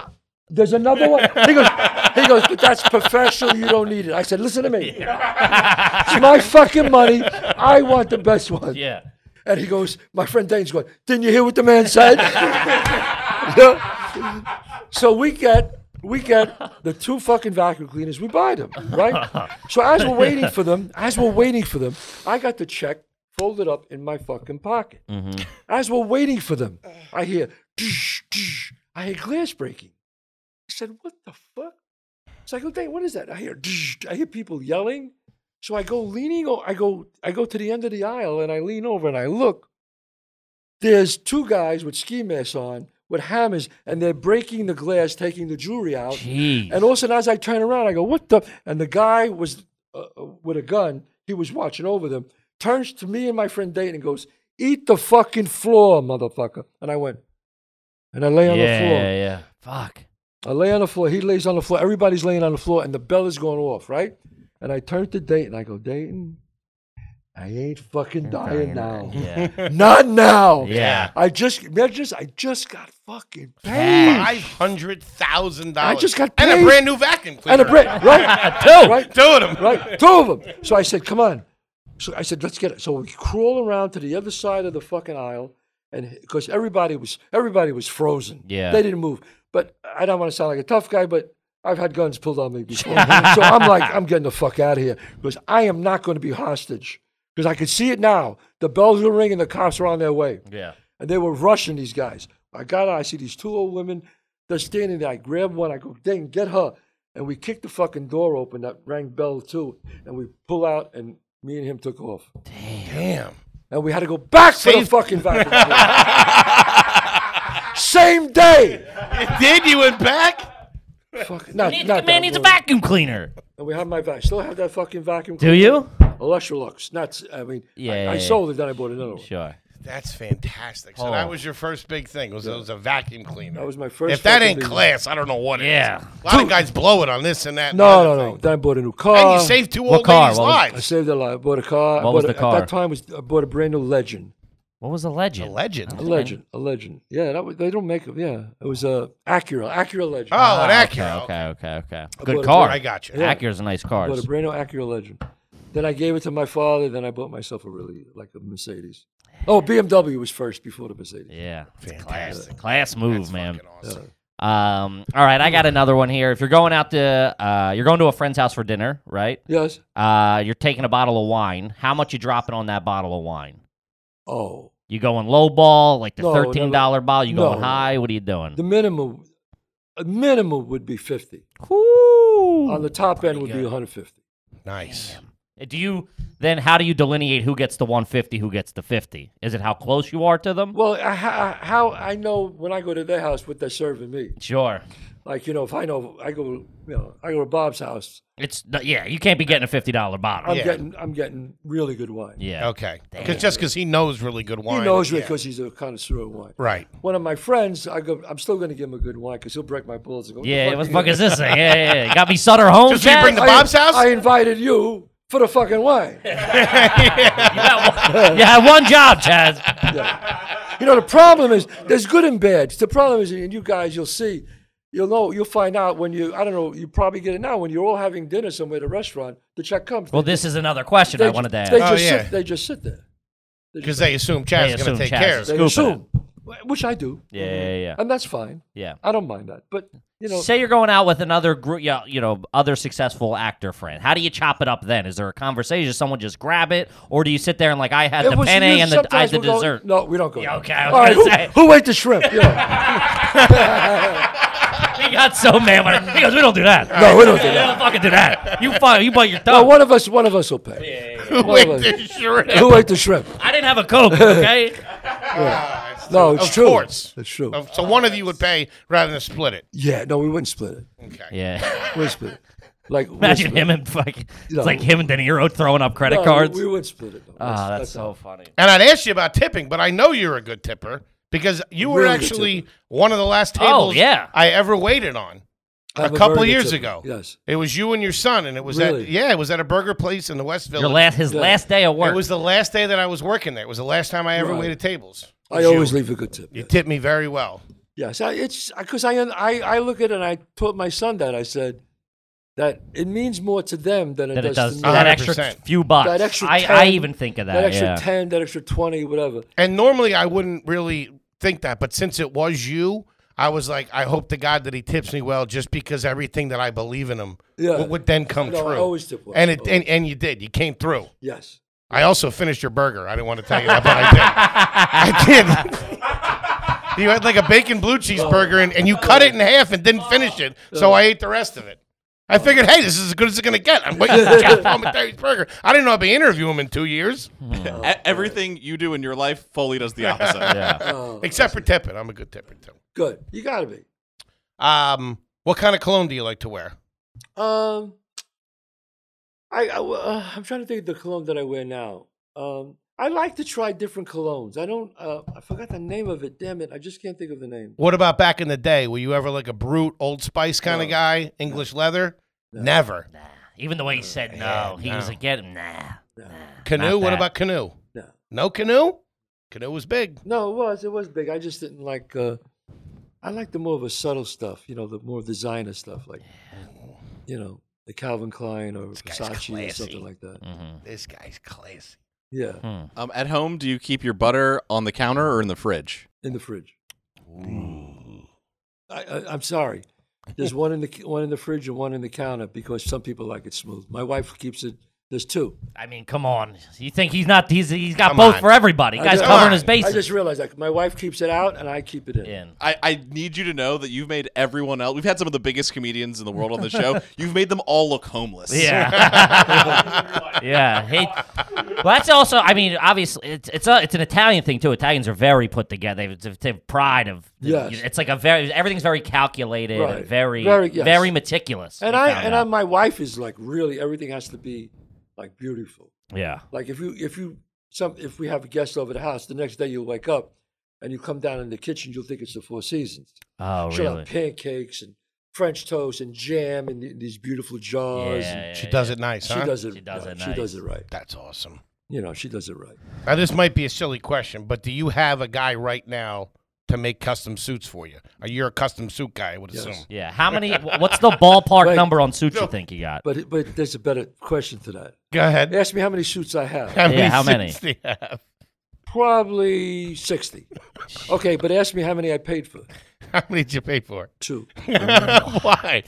E: there's another one. He goes, he goes, but that's professional. You don't need it. I said, listen to me. it's my fucking money. I want the best one.
B: yeah.
E: And he goes, my friend Dane's going, didn't you hear what the man said? <laughs> Yeah. So we get we get the two fucking vacuum cleaners. We buy them, right? So as we're waiting for them, as we're waiting for them, I got the check folded up in my fucking pocket. As we're waiting for them, I hear, "Tsh, tsh." I hear glass breaking. I said, what the fuck? It's like, okay, what is that? I hear, I hear people yelling. So I go leaning, o- I go, I go to the end of the aisle and I lean over and I look. There's two guys with ski masks on with hammers and they're breaking the glass, taking the jewelry out.
B: Jeez.
E: And all of a sudden, as I turn around, I go, "What the?" And the guy was uh, uh, with a gun. He was watching over them. Turns to me and my friend Dayton and goes, "Eat the fucking floor, motherfucker!" And I went, and I lay
B: yeah,
E: on the floor.
B: yeah, yeah.
E: <laughs>
B: Fuck.
E: I lay on the floor. He lays on the floor. Everybody's laying on the floor, and the bell is going off, right? And I turn to Dayton. I go, Dayton, I ain't fucking dying now.
B: Yeah.
E: <laughs> Not now.
B: Yeah.
E: I just, I just, I just got fucking paid.
B: Cash.
A: Five hundred thousand dollars.
E: I just got
A: and
E: paid.
A: a brand new vacuum
E: And
A: cleaner.
E: a break, right? right?
A: <laughs> Doing them.
E: right? Two of them. So I said, come on. So I said, let's get it. So we crawl around to the other side of the fucking aisle, and because everybody was everybody was frozen.
B: Yeah.
E: they didn't move. But I don't want to sound like a tough guy, but I've had guns pulled on me before, <laughs> so I'm like, I'm getting the fuck out of here because I am not going to be hostage. Because I can see it now. The bells are ringing. The cops are on their way
B: Yeah.
E: and they were rushing these guys. I got out, I see these two old women, they're standing there. I grab one, I go, dang, get her. And we kicked the fucking door open that rang bell too, and we pull out, and me and him took off.
A: Damn.
E: And we had to go back for the
A: Save- <laughs>
E: fucking vacuum. cleaner. Same day.
A: You did. You went back.
E: Fuck, not,
B: Needs,
E: not
B: man
E: that
B: needs a
E: one.
B: vacuum cleaner.
E: And we have my vacuum. Still have that fucking vacuum.
B: Do you?
E: Electrolux. Not, I mean,
B: Yeah,
E: I,
B: yeah,
E: I
B: yeah.
E: sold it, then I bought another one.
B: Sure.
A: That's fantastic. So
B: Oh.
A: that was your first big thing. Was it was a vacuum cleaner?
E: That was my first
A: If that
E: fucking
A: ain't
E: big-
A: class, I don't know what. it is.
B: Yeah.
A: A lot of guys blow it on this and that. and the
E: No, no,
A: other
E: no.
A: thing.
E: Then I bought a new car.
A: And you saved two
B: What
A: old
B: car?
A: ladies'
B: What was-
E: I
A: lives.
E: saved a lot. I bought a car. I
B: What was
E: bought a-
B: the car?
E: At that time, was I bought a brand new Legend.
B: What was the legend?
A: A legend.
E: A legend, a legend. Yeah, that was, they don't make them. Yeah, it was a uh, Acura, Acura Legend.
A: Oh, an
B: Ah,
A: Acura.
B: Okay, okay, okay.
E: bought
B: Good
E: a
B: car.
E: Brit-
A: I got you.
E: Yeah.
B: Acura's a nice car.
E: But a brand new Acura Legend. Then I gave it to my father. Then I bought myself a really like a Mercedes. Oh, BMW was first before the Mercedes.
B: Yeah.
A: Fantastic.
B: Class move, man.
A: Fucking awesome.
B: Um, all right, I got another one here. If you're going out to, uh, you're going to a friend's house for dinner, right?
E: Yes.
B: Uh, you're taking a bottle of wine. How much you dropping on that bottle of wine?
E: Oh,
B: You going low ball, like the
E: No,
B: thirteen dollar bottle? You going
E: No.
B: high? What are you doing?
E: the minimum, a minimum would be fifty.
B: Ooh.
E: On the top end would be one hundred fifty.
A: Nice.
B: do you then? How do you delineate who gets the one fifty, who gets the fifty? Is it how close you are to them?
E: Well, I, how, how I know when I go to their house what they're serving me?
B: Sure.
E: Like you know, if I know I go, you know, I go to Bob's house,
B: It's yeah. You can't be getting a fifty dollar bottle.
E: I'm
A: Yeah.
E: getting I'm getting really good wine.
B: yeah.
A: Okay. Because just because he knows really good wine.
E: He knows
A: yeah.
E: because he's a connoisseur of wine.
A: Right.
E: one of my friends, I go, I'm still going to give him a good wine because he'll break my balls and go,
B: Yeah, what the fuck
E: you-
B: is this thing? Yeah, yeah, yeah. Got me Sutter Holmes.
A: Just so you
B: Jack?
A: bring
E: <laughs>
A: the
E: I-
A: Bob's house?
E: I invited you for the fucking wine.
B: <laughs> You had one- you had one job, Chaz.
E: you know, the problem is there's good and bad. The problem is, and you guys, you'll see, you'll know, you'll find out when you, I don't know, you probably get it now when you're all having dinner somewhere at a restaurant, the check comes.
B: Well, this is another question
E: they,
B: I wanted to ask.
E: They
A: Oh,
E: just,
A: yeah.
E: sit, they just sit there.
A: Because they assume Chad's
B: They
A: going
B: assume
A: to take
B: Chaz
A: care
B: is
A: of it.
E: They
B: Scoop it.
E: assume, which I do,
B: yeah, yeah, yeah.
E: and that's fine.
B: yeah.
E: I don't mind that. But, you know,
B: Say you're going out with another group, yeah, you know, other successful actor friend. How do you chop it up then? Is there a conversation? Does someone just grab it, or do you sit there and like I had
E: It
B: the
E: was-
B: penne
E: you-
B: and the, I
E: sometimes
B: had the
E: we'll go-
B: dessert?
E: no, we don't go.
B: Yeah,
E: there.
B: okay, I was
E: All right,
B: gonna say.
E: who, who ate the shrimp? Yeah.
B: <laughs> He got so mad when I, he goes, "We don't do that.
E: No, we don't do
B: We
E: that.
B: don't fucking do that. You fuck, you bite your
E: No,
B: tongue.
E: Oh, one of us, one of us will pay.
A: <laughs> Who
E: Whatever.
A: ate
E: <laughs>
A: this shrimp?
E: Who ate the shrimp?
B: I didn't have a coke, okay?
E: No, it's
A: of
E: true.
A: course.
E: It's true.
A: Of- So one of you would pay rather than split it.
E: yeah, no, we wouldn't split it. We
A: Okay.
B: <laughs> yeah.
E: wouldn't split it. Like we wouldn't
B: Imagine
E: split it.
B: him and fucking, it's
E: No.
B: like him and De Niro throwing up credit
E: No,
B: cards.
E: We, we wouldn't split it. Though.
B: Ah, that's so funny.
A: And I'd ask you about tipping, but I know you're a good tipper because you were
E: Really good
A: actually one of the last tables
B: Oh, yeah.
A: I ever waited on.
E: I have
A: a couple
E: very good
A: years
E: tip.
A: ago.
E: Yes.
A: It was you and your son, and it was at
E: Really?
A: yeah, it was at a burger place in the West Village.
B: Your last, his
E: Yeah.
B: last day of work.
A: It was the last day that I was working there. It was the last time I ever
E: Right.
A: waited tables.
E: I always leave a good tip.
A: You
E: Yeah.
A: tipped me very well.
E: Yes, I, it's because I, I I look at it and I told my son that I said that it means more to them than it,
B: that it
E: does,
B: does
E: to me.
B: that extra
A: 100%.
B: few bucks.
E: That extra
B: I,
E: 10,
B: I even think of that.
E: that extra
B: yeah.
E: ten, that extra twenty, whatever.
A: And normally I wouldn't really think that, but since it was you, I was like, I hope to God that he tips me well, just because everything that I believe in him
E: Yeah.
A: would, would then come
E: No, I
A: true.
E: always tip well.
A: And it and, and you did. You came through.
E: Yes.
B: <laughs>
A: I also finished your burger. I didn't want to tell you that, but I did. I You had like a bacon blue cheeseburger and, and you cut it in half and didn't finish it, so I ate the rest of it. I figured, hey, this is as good as it's gonna get. I'm waiting for Jeff Palmentary's burger. I didn't know I'd be interviewing him in two years,
E: Oh,
F: E- Everything you do in your life, Foley does
E: <laughs>
F: the opposite.
A: except for tipping. I'm a good tipper too.
E: Uh, Good. You got to be.
A: Um, what kind of cologne do you like to wear?
E: Um, I, I uh, I'm trying to think of the cologne that I wear now. Um, I like to try different colognes. I don't. Uh, I forgot the name of it. Damn it! I just can't think of the name.
A: What about back in the day? Were you ever like a brute, Old Spice kind of
E: No.
A: guy, English leather? Never.
B: Nah. Even the way he said
A: Yeah,
B: no, he was
A: no.
B: like, get him. Nah.
E: No,
A: Canoe. What
B: that.
A: about canoe?
E: no,
A: No canoe. Canoe was big.
E: no. It was. It was big. I just didn't like. Uh, I like the more of the subtle stuff. You know, the more designer stuff, like you know, the Calvin Klein or
A: guy's
E: Versace or
A: classy.
E: something like that.
B: Mm-hmm.
A: This guy's classy.
E: Yeah,
F: Um, at home, do you keep your butter on the counter or in the fridge?
E: in the fridge. I, I, I'm sorry. There's one in the one in the fridge and one in the counter because some people like it smooth. My wife keeps it. There's two.
B: I mean, come on. You think he's not? He's he's got
A: Come
B: both
A: on.
B: for everybody.
E: I
B: Guy's
E: just-
B: covering
A: Come
B: his
A: on.
E: I
B: bases.
E: just realized that my wife keeps it out and I keep it in.
B: In.
F: I, I need you to know that you've made everyone else. We've had some of the biggest comedians in the world on
E: <laughs>
F: the show. You've made them all look homeless.
B: Yeah. yeah. Hey, well, that's also. I mean, obviously, it's it's a, it's an Italian thing too. Italians are very put together. They have, they have pride of.
E: Yes.
B: It's like a very everything's very calculated
E: Right.
B: and very very,
E: Very- yes.
B: meticulous.
E: And
B: we
E: I
B: found
E: and
B: out.
E: I, my wife is like really everything has to be like beautiful.
B: yeah.
E: Like if you if you some if we have a guest over the house, the next day you wake up and you come down in the kitchen, you'll think it's the Four Seasons.
B: Oh
E: She'll
B: really?
E: have pancakes and French toast and jam and th- these beautiful jars. and
B: Yeah,
A: She
B: yeah,
A: does it nice,
E: She
A: huh?
E: does it.
B: She does
E: right.
B: it
E: She does
B: nice.
E: it right.
A: That's awesome.
E: You know, she does it right.
A: Now, this might be a silly question, but do you have a guy right now to make custom suits for you? Are you a custom suit guy? I would
E: Yes.
A: assume.
B: Yeah. How
E: <laughs>
B: many? wh- What's the ballpark
E: Wait.
B: number on suits you think you got?
E: But but there's a better question to that.
A: Go ahead.
E: Ask me how many suits I
A: <laughs>
E: have.
A: How many
B: how many?
A: suits do you have? <laughs>
E: Probably 60. Okay, but ask me how many I paid for.
A: How many did you pay for?
E: Two.
A: <laughs>
E: Mm.
A: Why?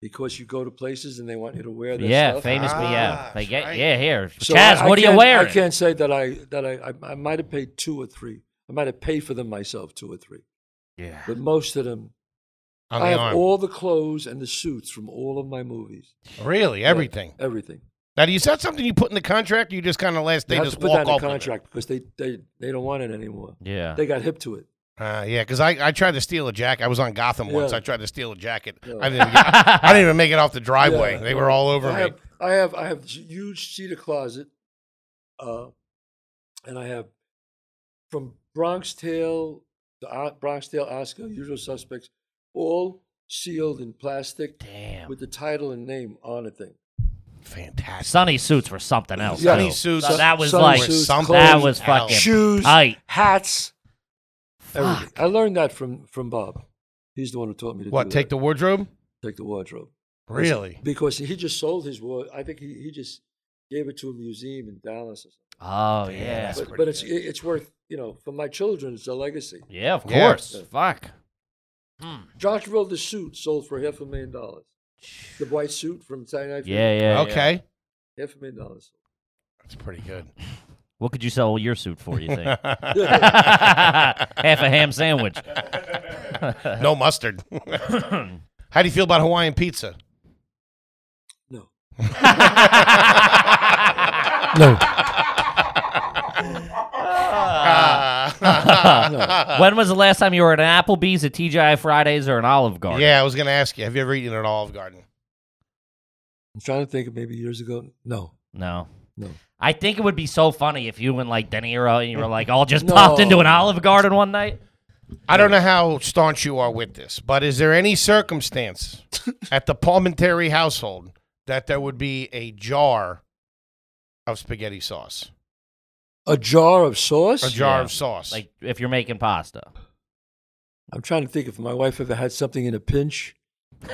E: Because you go to places and they want you to wear their
B: Yeah,
E: stuff. Uh-huh.
B: famous. yeah,
A: Ah,
B: they get.
A: right.
B: Yeah, here,
E: So
B: Chaz.
E: I- I
B: what are you
E: can't-
B: wearing?
E: I can't say that I that I I, I might have paid two or three. I might have paid for them myself, two or three.
A: Yeah.
E: But most of them,
A: On
E: I
A: the
E: have
A: arm.
E: all the clothes and the suits from all of my movies.
A: really? Everything.
E: Everything.
A: Now, do you set something you put in the contract? Or you just kind of last
E: They
A: day
E: have
A: just
E: to put
A: walk
E: that in the
A: off? with it?
E: contract because they, they they don't want it anymore.
B: Yeah. <laughs>
E: They got hip to it.
A: Uh, yeah, because I, I tried to steal a jacket. I was on Gotham once.
E: Yeah.
A: I tried to steal a jacket.
E: Yeah.
A: I, didn't even get, I
E: <laughs>
A: didn't even make it off the driveway.
E: Yeah.
A: They were all over
E: I
A: me.
E: have, I have I have huge cedar closet, uh, and I have from Bronx Tale to o- Bronx Tale Oscar, Usual Suspects, all sealed in plastic
B: Damn.
E: with the title and name on a thing.
A: Fantastic.
B: Sunny suits were something else.
E: Yeah.
B: too.
A: Sunny suits.
B: So Uh, that was
E: Sunny
B: like
E: suits,
A: something
B: that
E: clothes,
B: was
A: out.
B: fucking
E: shoes,
B: tight.
E: hats, everything. I learned that from from Bob. He's the one who taught me to
A: What?
E: do
A: Take
E: that.
A: the wardrobe?
E: take the wardrobe
A: Really?
E: because he just sold his wardrobe. I think he, he just gave it to a museum in Dallas. Or something.
B: Oh yeah,
A: That's
E: but,
A: pretty
E: but it's it- it's worth you know for my children it's a legacy.
B: yeah, of
A: Yeah.
B: course. Fuck.
E: Joshua the suit sold for half a million dollars. The white suit from Saturday Night.
B: Yeah, yeah. yeah.
A: okay.
E: Half a million dollars. <laughs>
A: That's pretty <laughs> good.
B: What could you sell your suit for? You
A: <laughs>
B: think <laughs> half a ham sandwich?
A: no mustard. <laughs> How do you feel about Hawaiian pizza? <laughs> <laughs>
E: No.
B: no. when was the last time you were at an Applebee's, a TGI Fridays, or an Olive Garden?
A: yeah, I was going to ask you. Have you ever eaten at Olive Garden?
E: I'm trying to think of maybe years ago. No.
B: No.
E: No.
B: I think it would be so funny if you and like De Niro and you were like all just
E: No.
B: popped into an Olive Garden one night.
A: I don't know how staunch you are with this, but is there any
E: <laughs>
A: circumstance at the Palmentary household that there would be a jar of spaghetti sauce?
E: A jar of sauce?
A: A jar
B: Yeah.
A: of sauce.
B: Like if you're making pasta. <laughs>
E: I'm trying to think if my wife ever had something in
A: <laughs>
E: a pinch. you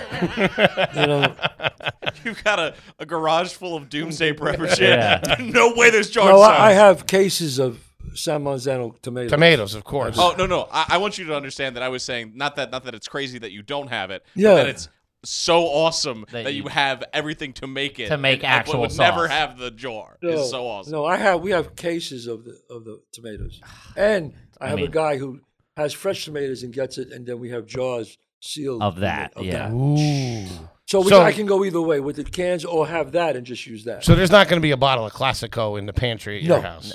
E: know,
F: <laughs> You've got a, a garage full of doomsday prepper shit.
B: Yeah.
F: <laughs> no way there's jar
E: no,
F: sauce.
E: I, I have cases of San Marzano tomatoes.
A: Tomatoes, of course.
F: <laughs> Oh no no! I, I want you to understand that I was saying not that not that it's crazy that you don't have it,
E: Yeah.
F: but that it's so awesome
B: That
F: that,
B: you-
F: you, have everything to make it
B: To make
F: and- and
B: actual
F: would
B: sauce.
F: Never have the jar.
E: No,
F: It's so awesome.
A: <sighs>
E: No, I have. We have cases of the of the tomatoes, and I, have
B: mean-
E: a guy who has fresh tomatoes and gets it, and then we have jars sealed
B: Of
E: in it,
B: that, yeah.
A: Ooh.
E: So, we,
A: So-
E: I can go either way with the cans or have that and just use that.
A: So there's not going to be a bottle of Classico in the pantry at your
E: No.
A: house.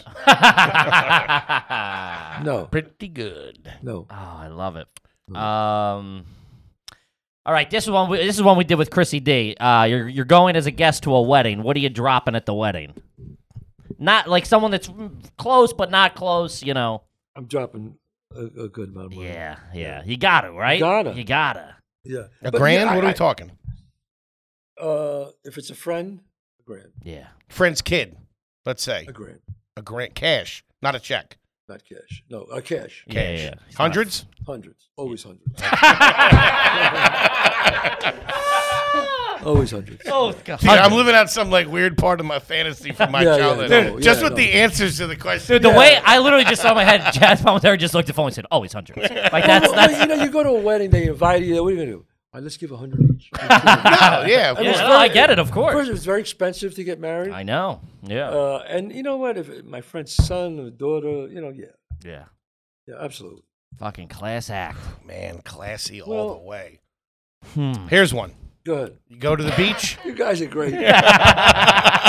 E: no,
A: Pretty good.
E: no.
B: Oh, I love it. Um, all right, this is one. We, this is one we did with Chrissy D. Uh, you're you're going as a guest to a wedding. What are you dropping at the wedding? Not like someone that's mm, close but not close. You know.
E: I'm dropping a, a good amount of money.
B: Yeah, yeah. You got to right.
E: Gotta.
B: You gotta.
E: Yeah.
A: A
E: But yeah,
A: grand?
E: I-
A: what are
E: I-
A: we talking?
E: Uh, if it's a friend, a grand,
B: Yeah.
A: Friend's kid, let's say.
E: a grand,
A: A grant cash, not a check.
E: not cash. No, a cash,
B: Yeah,
A: Cash.
B: yeah, yeah. He's not-
A: Hundreds?
E: hundreds, always
A: <laughs>
E: hundreds, always hundreds.
B: <laughs> Oh God.
A: Dude, I'm living out some like weird part of my fantasy from my
E: <laughs> Yeah, yeah,
A: childhood.
E: no, yeah,
A: just with
E: no.
A: the answers to the question.
B: Dude, the way I literally just saw my head, <laughs> Jazz Palmentary just looked at the phone and said, "Always
E: <laughs>
B: hundreds. Like that's
E: Well,
B: that's
E: you know, you go to a wedding, they invite you. What are you gonna do? All right, let's give a hundred
A: <laughs>
E: each. <laughs>
A: Oh, yeah. of
B: Yeah,
A: course.
B: no, I get it, of course.
E: First, it's very expensive to get married.
B: I know. Yeah.
E: Uh, and you know what? If it- my friend's son or daughter, you know, yeah,
B: yeah.
E: yeah, absolutely.
B: Fucking class act.
A: Man, classy all
E: Well-
A: the way.
B: Hmm.
A: Here's one.
E: Go ahead.
A: You go to the beach.
E: You guys are
B: <laughs>
E: great.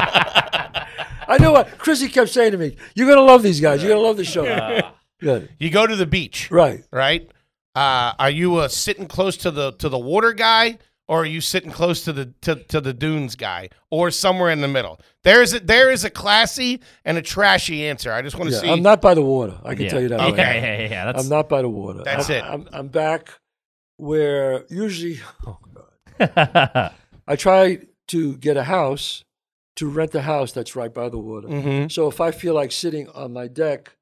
E: I know what Chrissy kept saying to me. You're gonna love these guys. You're gonna love the show. Good.
A: You go to the beach,
E: Right.
A: right? Uh, are you uh, sitting close to the to the water guy, or are you sitting close to the to, to the dunes guy, or somewhere in the middle? There is a, there is a classy and a trashy answer. I just want to
E: Yeah,
A: see.
E: I'm not by the water. I can
B: yeah.
E: tell you that.
B: Yeah,
E: right now.
B: yeah, yeah, yeah, That's
E: I'm not by the water.
A: That's
E: I'm,
A: it.
E: I'm, I'm back where usually. <laughs> Oh God. I try to get a house to rent a house that's right by the water.
A: Mhm.
E: So if I feel like sitting on my deck,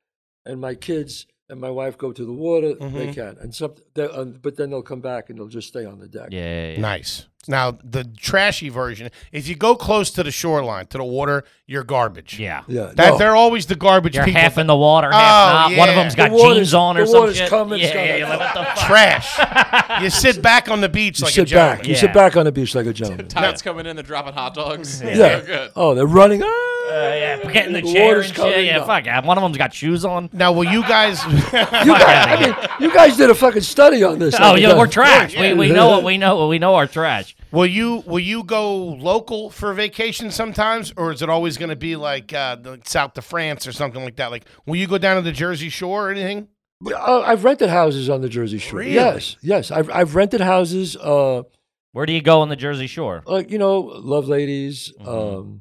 E: and my kids and my wife go to the water, they can. And some, they, um, but then they'll come back and they'll just stay on the deck.
B: yeah, yeah, yeah.
A: Nice. Now the trashy version. If you go close to the shoreline, to the water, you're garbage.
B: Yeah.
E: Yeah,
A: That
E: no.
A: they're always the garbage
B: You're
A: people.
B: half in the water, half
A: Oh,
B: not. One of
A: yeah.
B: them's got
E: The water's-
B: jeans on or
E: the
B: some
E: water's
B: shit.
E: coming, it's
B: yeah,
E: coming.
B: yeah, yeah, what
E: <laughs>
B: the fuck? <laughs>
A: trash. you sit back on the beach
E: you
A: like a
E: sit
A: gentleman.
E: back. You
B: Yeah.
E: sit back on the beach
B: <laughs>
E: like a gentleman.
F: Tide's coming in, they're dropping hot dogs. Yeah.
E: yeah. Oh, they're running. Ah!
B: Uh, yeah, getting the
E: The
B: chair
E: water's
B: and shit.
E: coming
B: Yeah,
E: up.
B: fuck. Yeah. One of them's got shoes on.
A: Now, will you guys? <laughs>
E: You guys, <laughs> I mean, you guys did a fucking study on this. uh,
B: Oh,
E: haven't
B: yeah,
E: you?
B: we're trash. We, we know what we know. We know our trash.
A: Will you will you go local for vacation sometimes, or is it always going to be like uh, the, south to France or something like that? Like, will you go down to the Jersey Shore or anything?
E: Uh, I've rented houses on the Jersey Shore.
A: Really?
E: Yes, yes. I've, I've rented houses, uh,
B: Where do you go on the Jersey Shore?
E: like you know, Love Ladies. Um,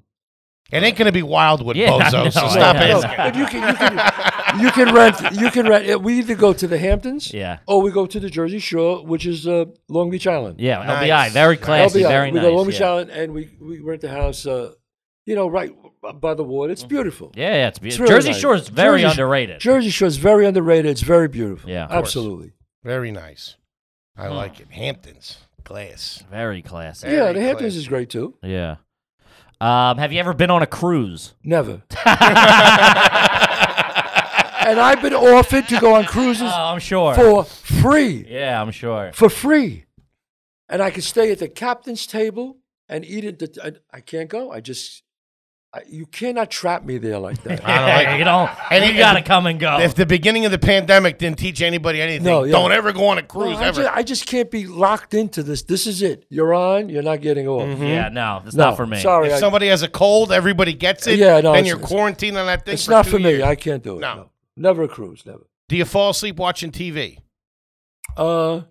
A: It ain't going to be Wildwood,
B: Yeah, I
A: bozo.
B: know,
A: so
B: I
A: stop
B: know.
E: no,
A: asking.
E: but you can, you can you can rent you can rent. We either go to the Hamptons,
B: Yeah.
E: or we go to the Jersey Shore, which is uh, Long Beach Island.
B: Yeah,
A: Nice.
B: LBI. Very classy.
E: LBI.
B: Very
E: we
B: nice.
E: go Long Beach
B: yeah.
E: Island, and we we rent the house, uh, you know, right uh, by the water. It's beautiful.
B: Mm-hmm. Yeah, yeah, it's
E: It's
B: beautiful.
E: really
B: Jersey
E: nice.
B: Shore is very
E: Jersey Sh-
B: underrated.
E: Jersey Shore is very underrated. It's very beautiful.
B: Yeah, of course.
E: absolutely.
A: Very nice.
B: Hmm.
A: I like it. Hamptons, glass.
B: Very classy.
E: Yeah,
A: Very
E: the Hamptons
A: classy.
E: is great too.
B: Yeah. Um, have you ever been on a
E: <laughs>
B: cruise? <laughs> Oh,
E: Never. and I've been offered to go on cruises
B: <laughs> Oh, I'm sure.
E: for free,
B: yeah, I'm sure.
E: for free, and I could stay at the captain's table and eat at the. I, I can't go. I just. I, you cannot trap me there like
A: <laughs>
E: that.
A: I don't like it.
B: you don't.
A: And
B: you
A: it-
B: gotta come and go.
A: If the beginning of the pandemic didn't teach anybody anything,
E: No, yeah.
A: don't ever go on a cruise
E: I,
A: ever.
E: just, I just can't be locked into this. This is it. You're on. You're not getting off.
A: Mm-hmm.
B: yeah, no, it's
E: No,
B: not for me.
E: Sorry,
A: if
E: I-
A: somebody has a cold, everybody gets it.
E: Yeah, no,
A: then
E: it's-
A: you're
E: it's-
A: quarantined on that thing.
E: it's not
A: two
E: for me.
A: years.
E: I can't do it.
A: No.
E: no. never a cruise. Never.
A: Do you fall asleep watching TV?
E: Uh,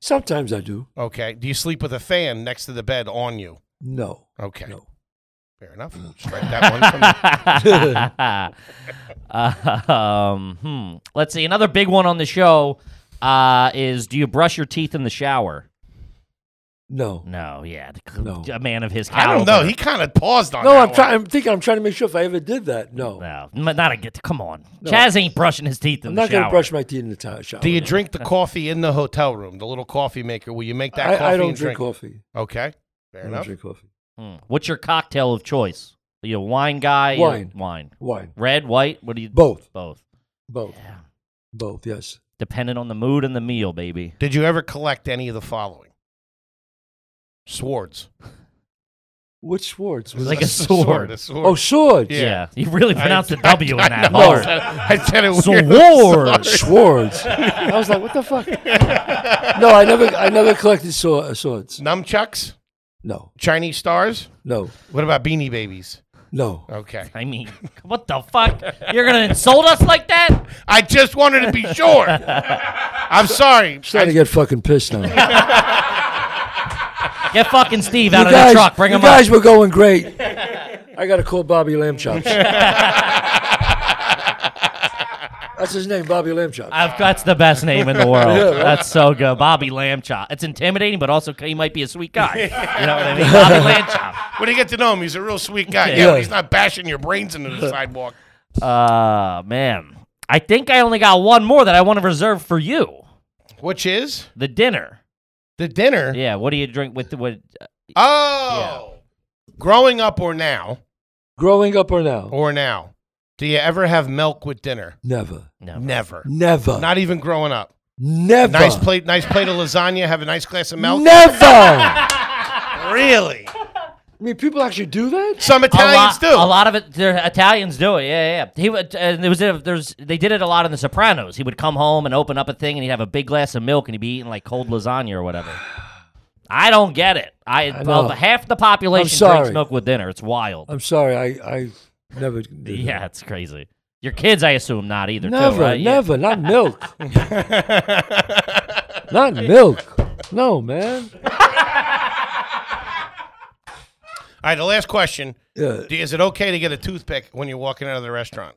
E: sometimes I do.
A: Okay. Do you sleep with a fan next to the bed on you?
E: No.
A: Okay.
E: No.
A: Fair enough. We'll Strike that one
B: <laughs>
A: from the-
B: Uh, <laughs> um, hmm. Let's see. Another big one on the show uh, is: Do you brush your teeth in the shower?
E: No.
B: No. Yeah. the-
E: No.
B: A man of his
A: I
B: caliber.
A: don't know. He kind of paused on
E: No,
A: that
E: I'm
A: one.
E: trying. I'm thinking. I'm trying to make sure if I ever did that. No,
B: No, n- not a get. Come on, Chaz ain't brushing his teeth in
E: I'm
B: the
E: not
B: shower.
E: going to brush my teeth in the ti- shower.
A: Do you drink the coffee in the hotel room, the little coffee maker? Will you make that coffee
E: I, I don't
A: and drink?
E: drink coffee.
A: Okay. Fair
E: I don't
A: enough.
E: drink coffee.
B: Hmm. What's your cocktail of choice? Are you a wine guy? You-
E: Wine.
B: Wine.
E: Wine.
B: Red, white. What do you?
E: Both.
B: Both.
E: Both.
B: Yeah.
E: Both. Yes.
B: Depending on the mood and the meal, baby.
A: Did you ever collect any of the following? Swords.
E: What Schwartz? Was
B: like a sword.
A: A sword.
E: oh, Swords. <laughs>
B: Yeah. you
A: <laughs>
B: really pronounced the W in that
A: No, I
B: hard.
A: said- I said it weird. <laughs>
B: Sword.
E: Swords. I was like, what
B: <laughs>
E: the fuck? no, I never, I never collected sw- swords.
A: Nunchucks,
E: No,
A: Chinese stars.
E: no,
A: What about beanie babies?
E: no.
A: Okay.
B: I mean, what the fuck? You're gonna insult us like that?
A: I just wanted to be sure.
B: <laughs>
A: I'm sorry.
E: Starting to get fucking pissed now. you
B: Get fucking Steve out of
E: guys,
B: the truck. Bring
E: you
B: him
E: guys
B: up.
E: were going great. I gotta call Bobby Lamb
B: <laughs>
E: Chops. That's his name, Bobby Lamb Chops.
B: I've, that's the best name in the world. That's so good, Bobby Lamb Chop. It's intimidating, but also he might be a sweet guy. You know what I mean? Bobby Lamb Chop.
A: When you get to know him, he's a real sweet guy. Yeah,
E: Yeah.
A: but he's not bashing your brains into the sidewalk.
B: Uh, man, I think I only got one more that I want to reserve for you.
A: Which is
B: The dinner.
A: the dinner.
B: Yeah. What do you drink with? The, what?
A: Oh. Growing up or now,
E: Growing up or now?
A: or now, do you ever have milk with dinner?
E: Never,
B: No.
A: Never.
E: never,
A: Not even growing up.
E: never,
A: Nice plate, nice plate of lasagna. Have a nice glass of milk.
E: never. I
A: Really?
E: mean, people actually do that.
A: Some Italians
B: a lot,
A: do. <laughs>
B: A lot of it. The Italians do it. Yeah, yeah. He would. And there was a, there's they did it a lot in The Sopranos. He would come home and open up a thing, and he'd have a big glass of milk, and he'd be eating like cold lasagna or whatever. I don't get it. I, well,
E: know.
B: half the population drinks
E: sorry.
B: milk with dinner. It's wild.
E: I'm sorry, I, I never. did that.
B: yeah, it's crazy. Your kids, I assume, not either. too,
E: Never,
B: right? Yeah.
E: never, not milk.
B: <laughs>
E: not milk. No, man.
A: All right, the last question.
E: Yeah.
A: Do- Is it okay to get a toothpick when you're walking out of the restaurant?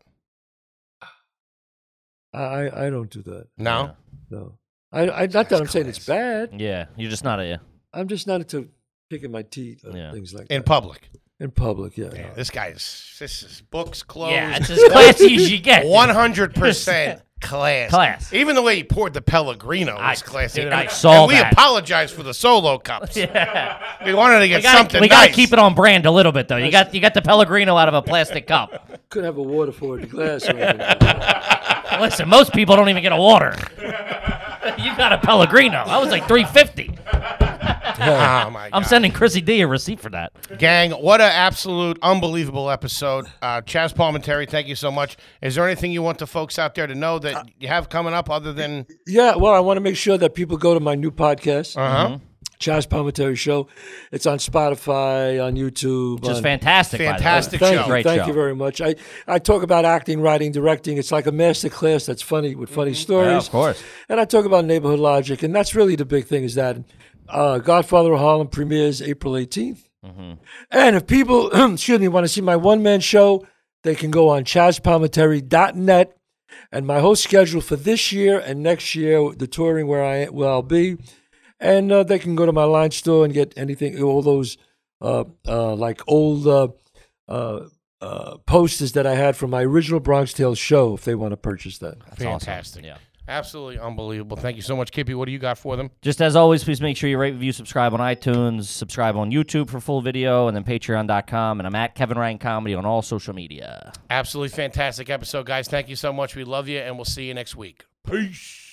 E: I, I I don't do that.
A: No?
E: No. I, I not that I'm saying it's bad.
B: Yeah, you're just not a.
E: I'm just not into picking my teeth and
B: Yeah.
E: things like
A: In
E: that.
A: public.
E: In public, yeah. no.
A: This guy is, this is books closed. <laughs>
B: Yeah, it's as classy as you get.
A: 100% class.
B: Class.
A: Even the way he poured the Pellegrino
B: I-
A: was classy.
B: dude,
A: And-
B: I saw
A: and we
B: that.
A: apologize for the solo cups.
B: <laughs> Yeah.
A: We wanted to get
B: We gotta,
A: something
B: we gotta
A: nice.
B: keep it on brand a little bit though. You got you got the Pellegrino out of a plastic cup.
E: Could have a water for it, a glass. Or anything. <laughs>
B: Listen, most people don't even get a water. you got a Pellegrino. That was like 350.
A: Oh, my
B: I'm
A: God.
B: sending Chrissy D a receipt for that.
A: Gang, what an absolute unbelievable episode. Uh, Chaz Palm and Terry, thank you so much. Is there anything you want the folks out there to know that you have coming up other than.
E: yeah. Well, I want to make sure that people go to my new podcast,
A: Uh-huh.
B: Mm-hmm.
E: Chaz Palmetary Show. It's on Spotify, on YouTube.
B: Just
E: on-
B: fantastic.
A: Fantastic
B: By
A: show.
B: the way.
E: Thank you,
B: Great
E: thank
B: show.
E: you very much. I, I talk about acting, writing, directing. It's like a master class that's funny with funny stories.
B: Mm-hmm. Yeah, of course.
E: And I talk about neighborhood logic, and that's really the big thing is that uh, Godfather of Harlem premieres April 18th.
B: Mm-hmm.
E: And if people, <clears throat> excuse me, want to see my one man show, they can go on chazpalmetary.net. And my whole schedule for this year and next year, the touring where I where I'll be, and uh, they can go to my line store and get anything, all those uh, uh, like old uh, uh, uh, posters that I had from my original Bronx Tale show. If they want to purchase that,
B: That's awesome.
A: Fantastic.
B: Yeah.
A: Absolutely unbelievable. Thank you so much, Kippy. What do you got for them?
B: Just as always, please make sure you rate, review, subscribe on iTunes, subscribe on YouTube for full video, and then Patreon.com. And I'm at Kevin Ryan Comedy on all social media.
A: Absolutely fantastic episode, guys. Thank you so much. We love you, and we'll see you next week. Peace.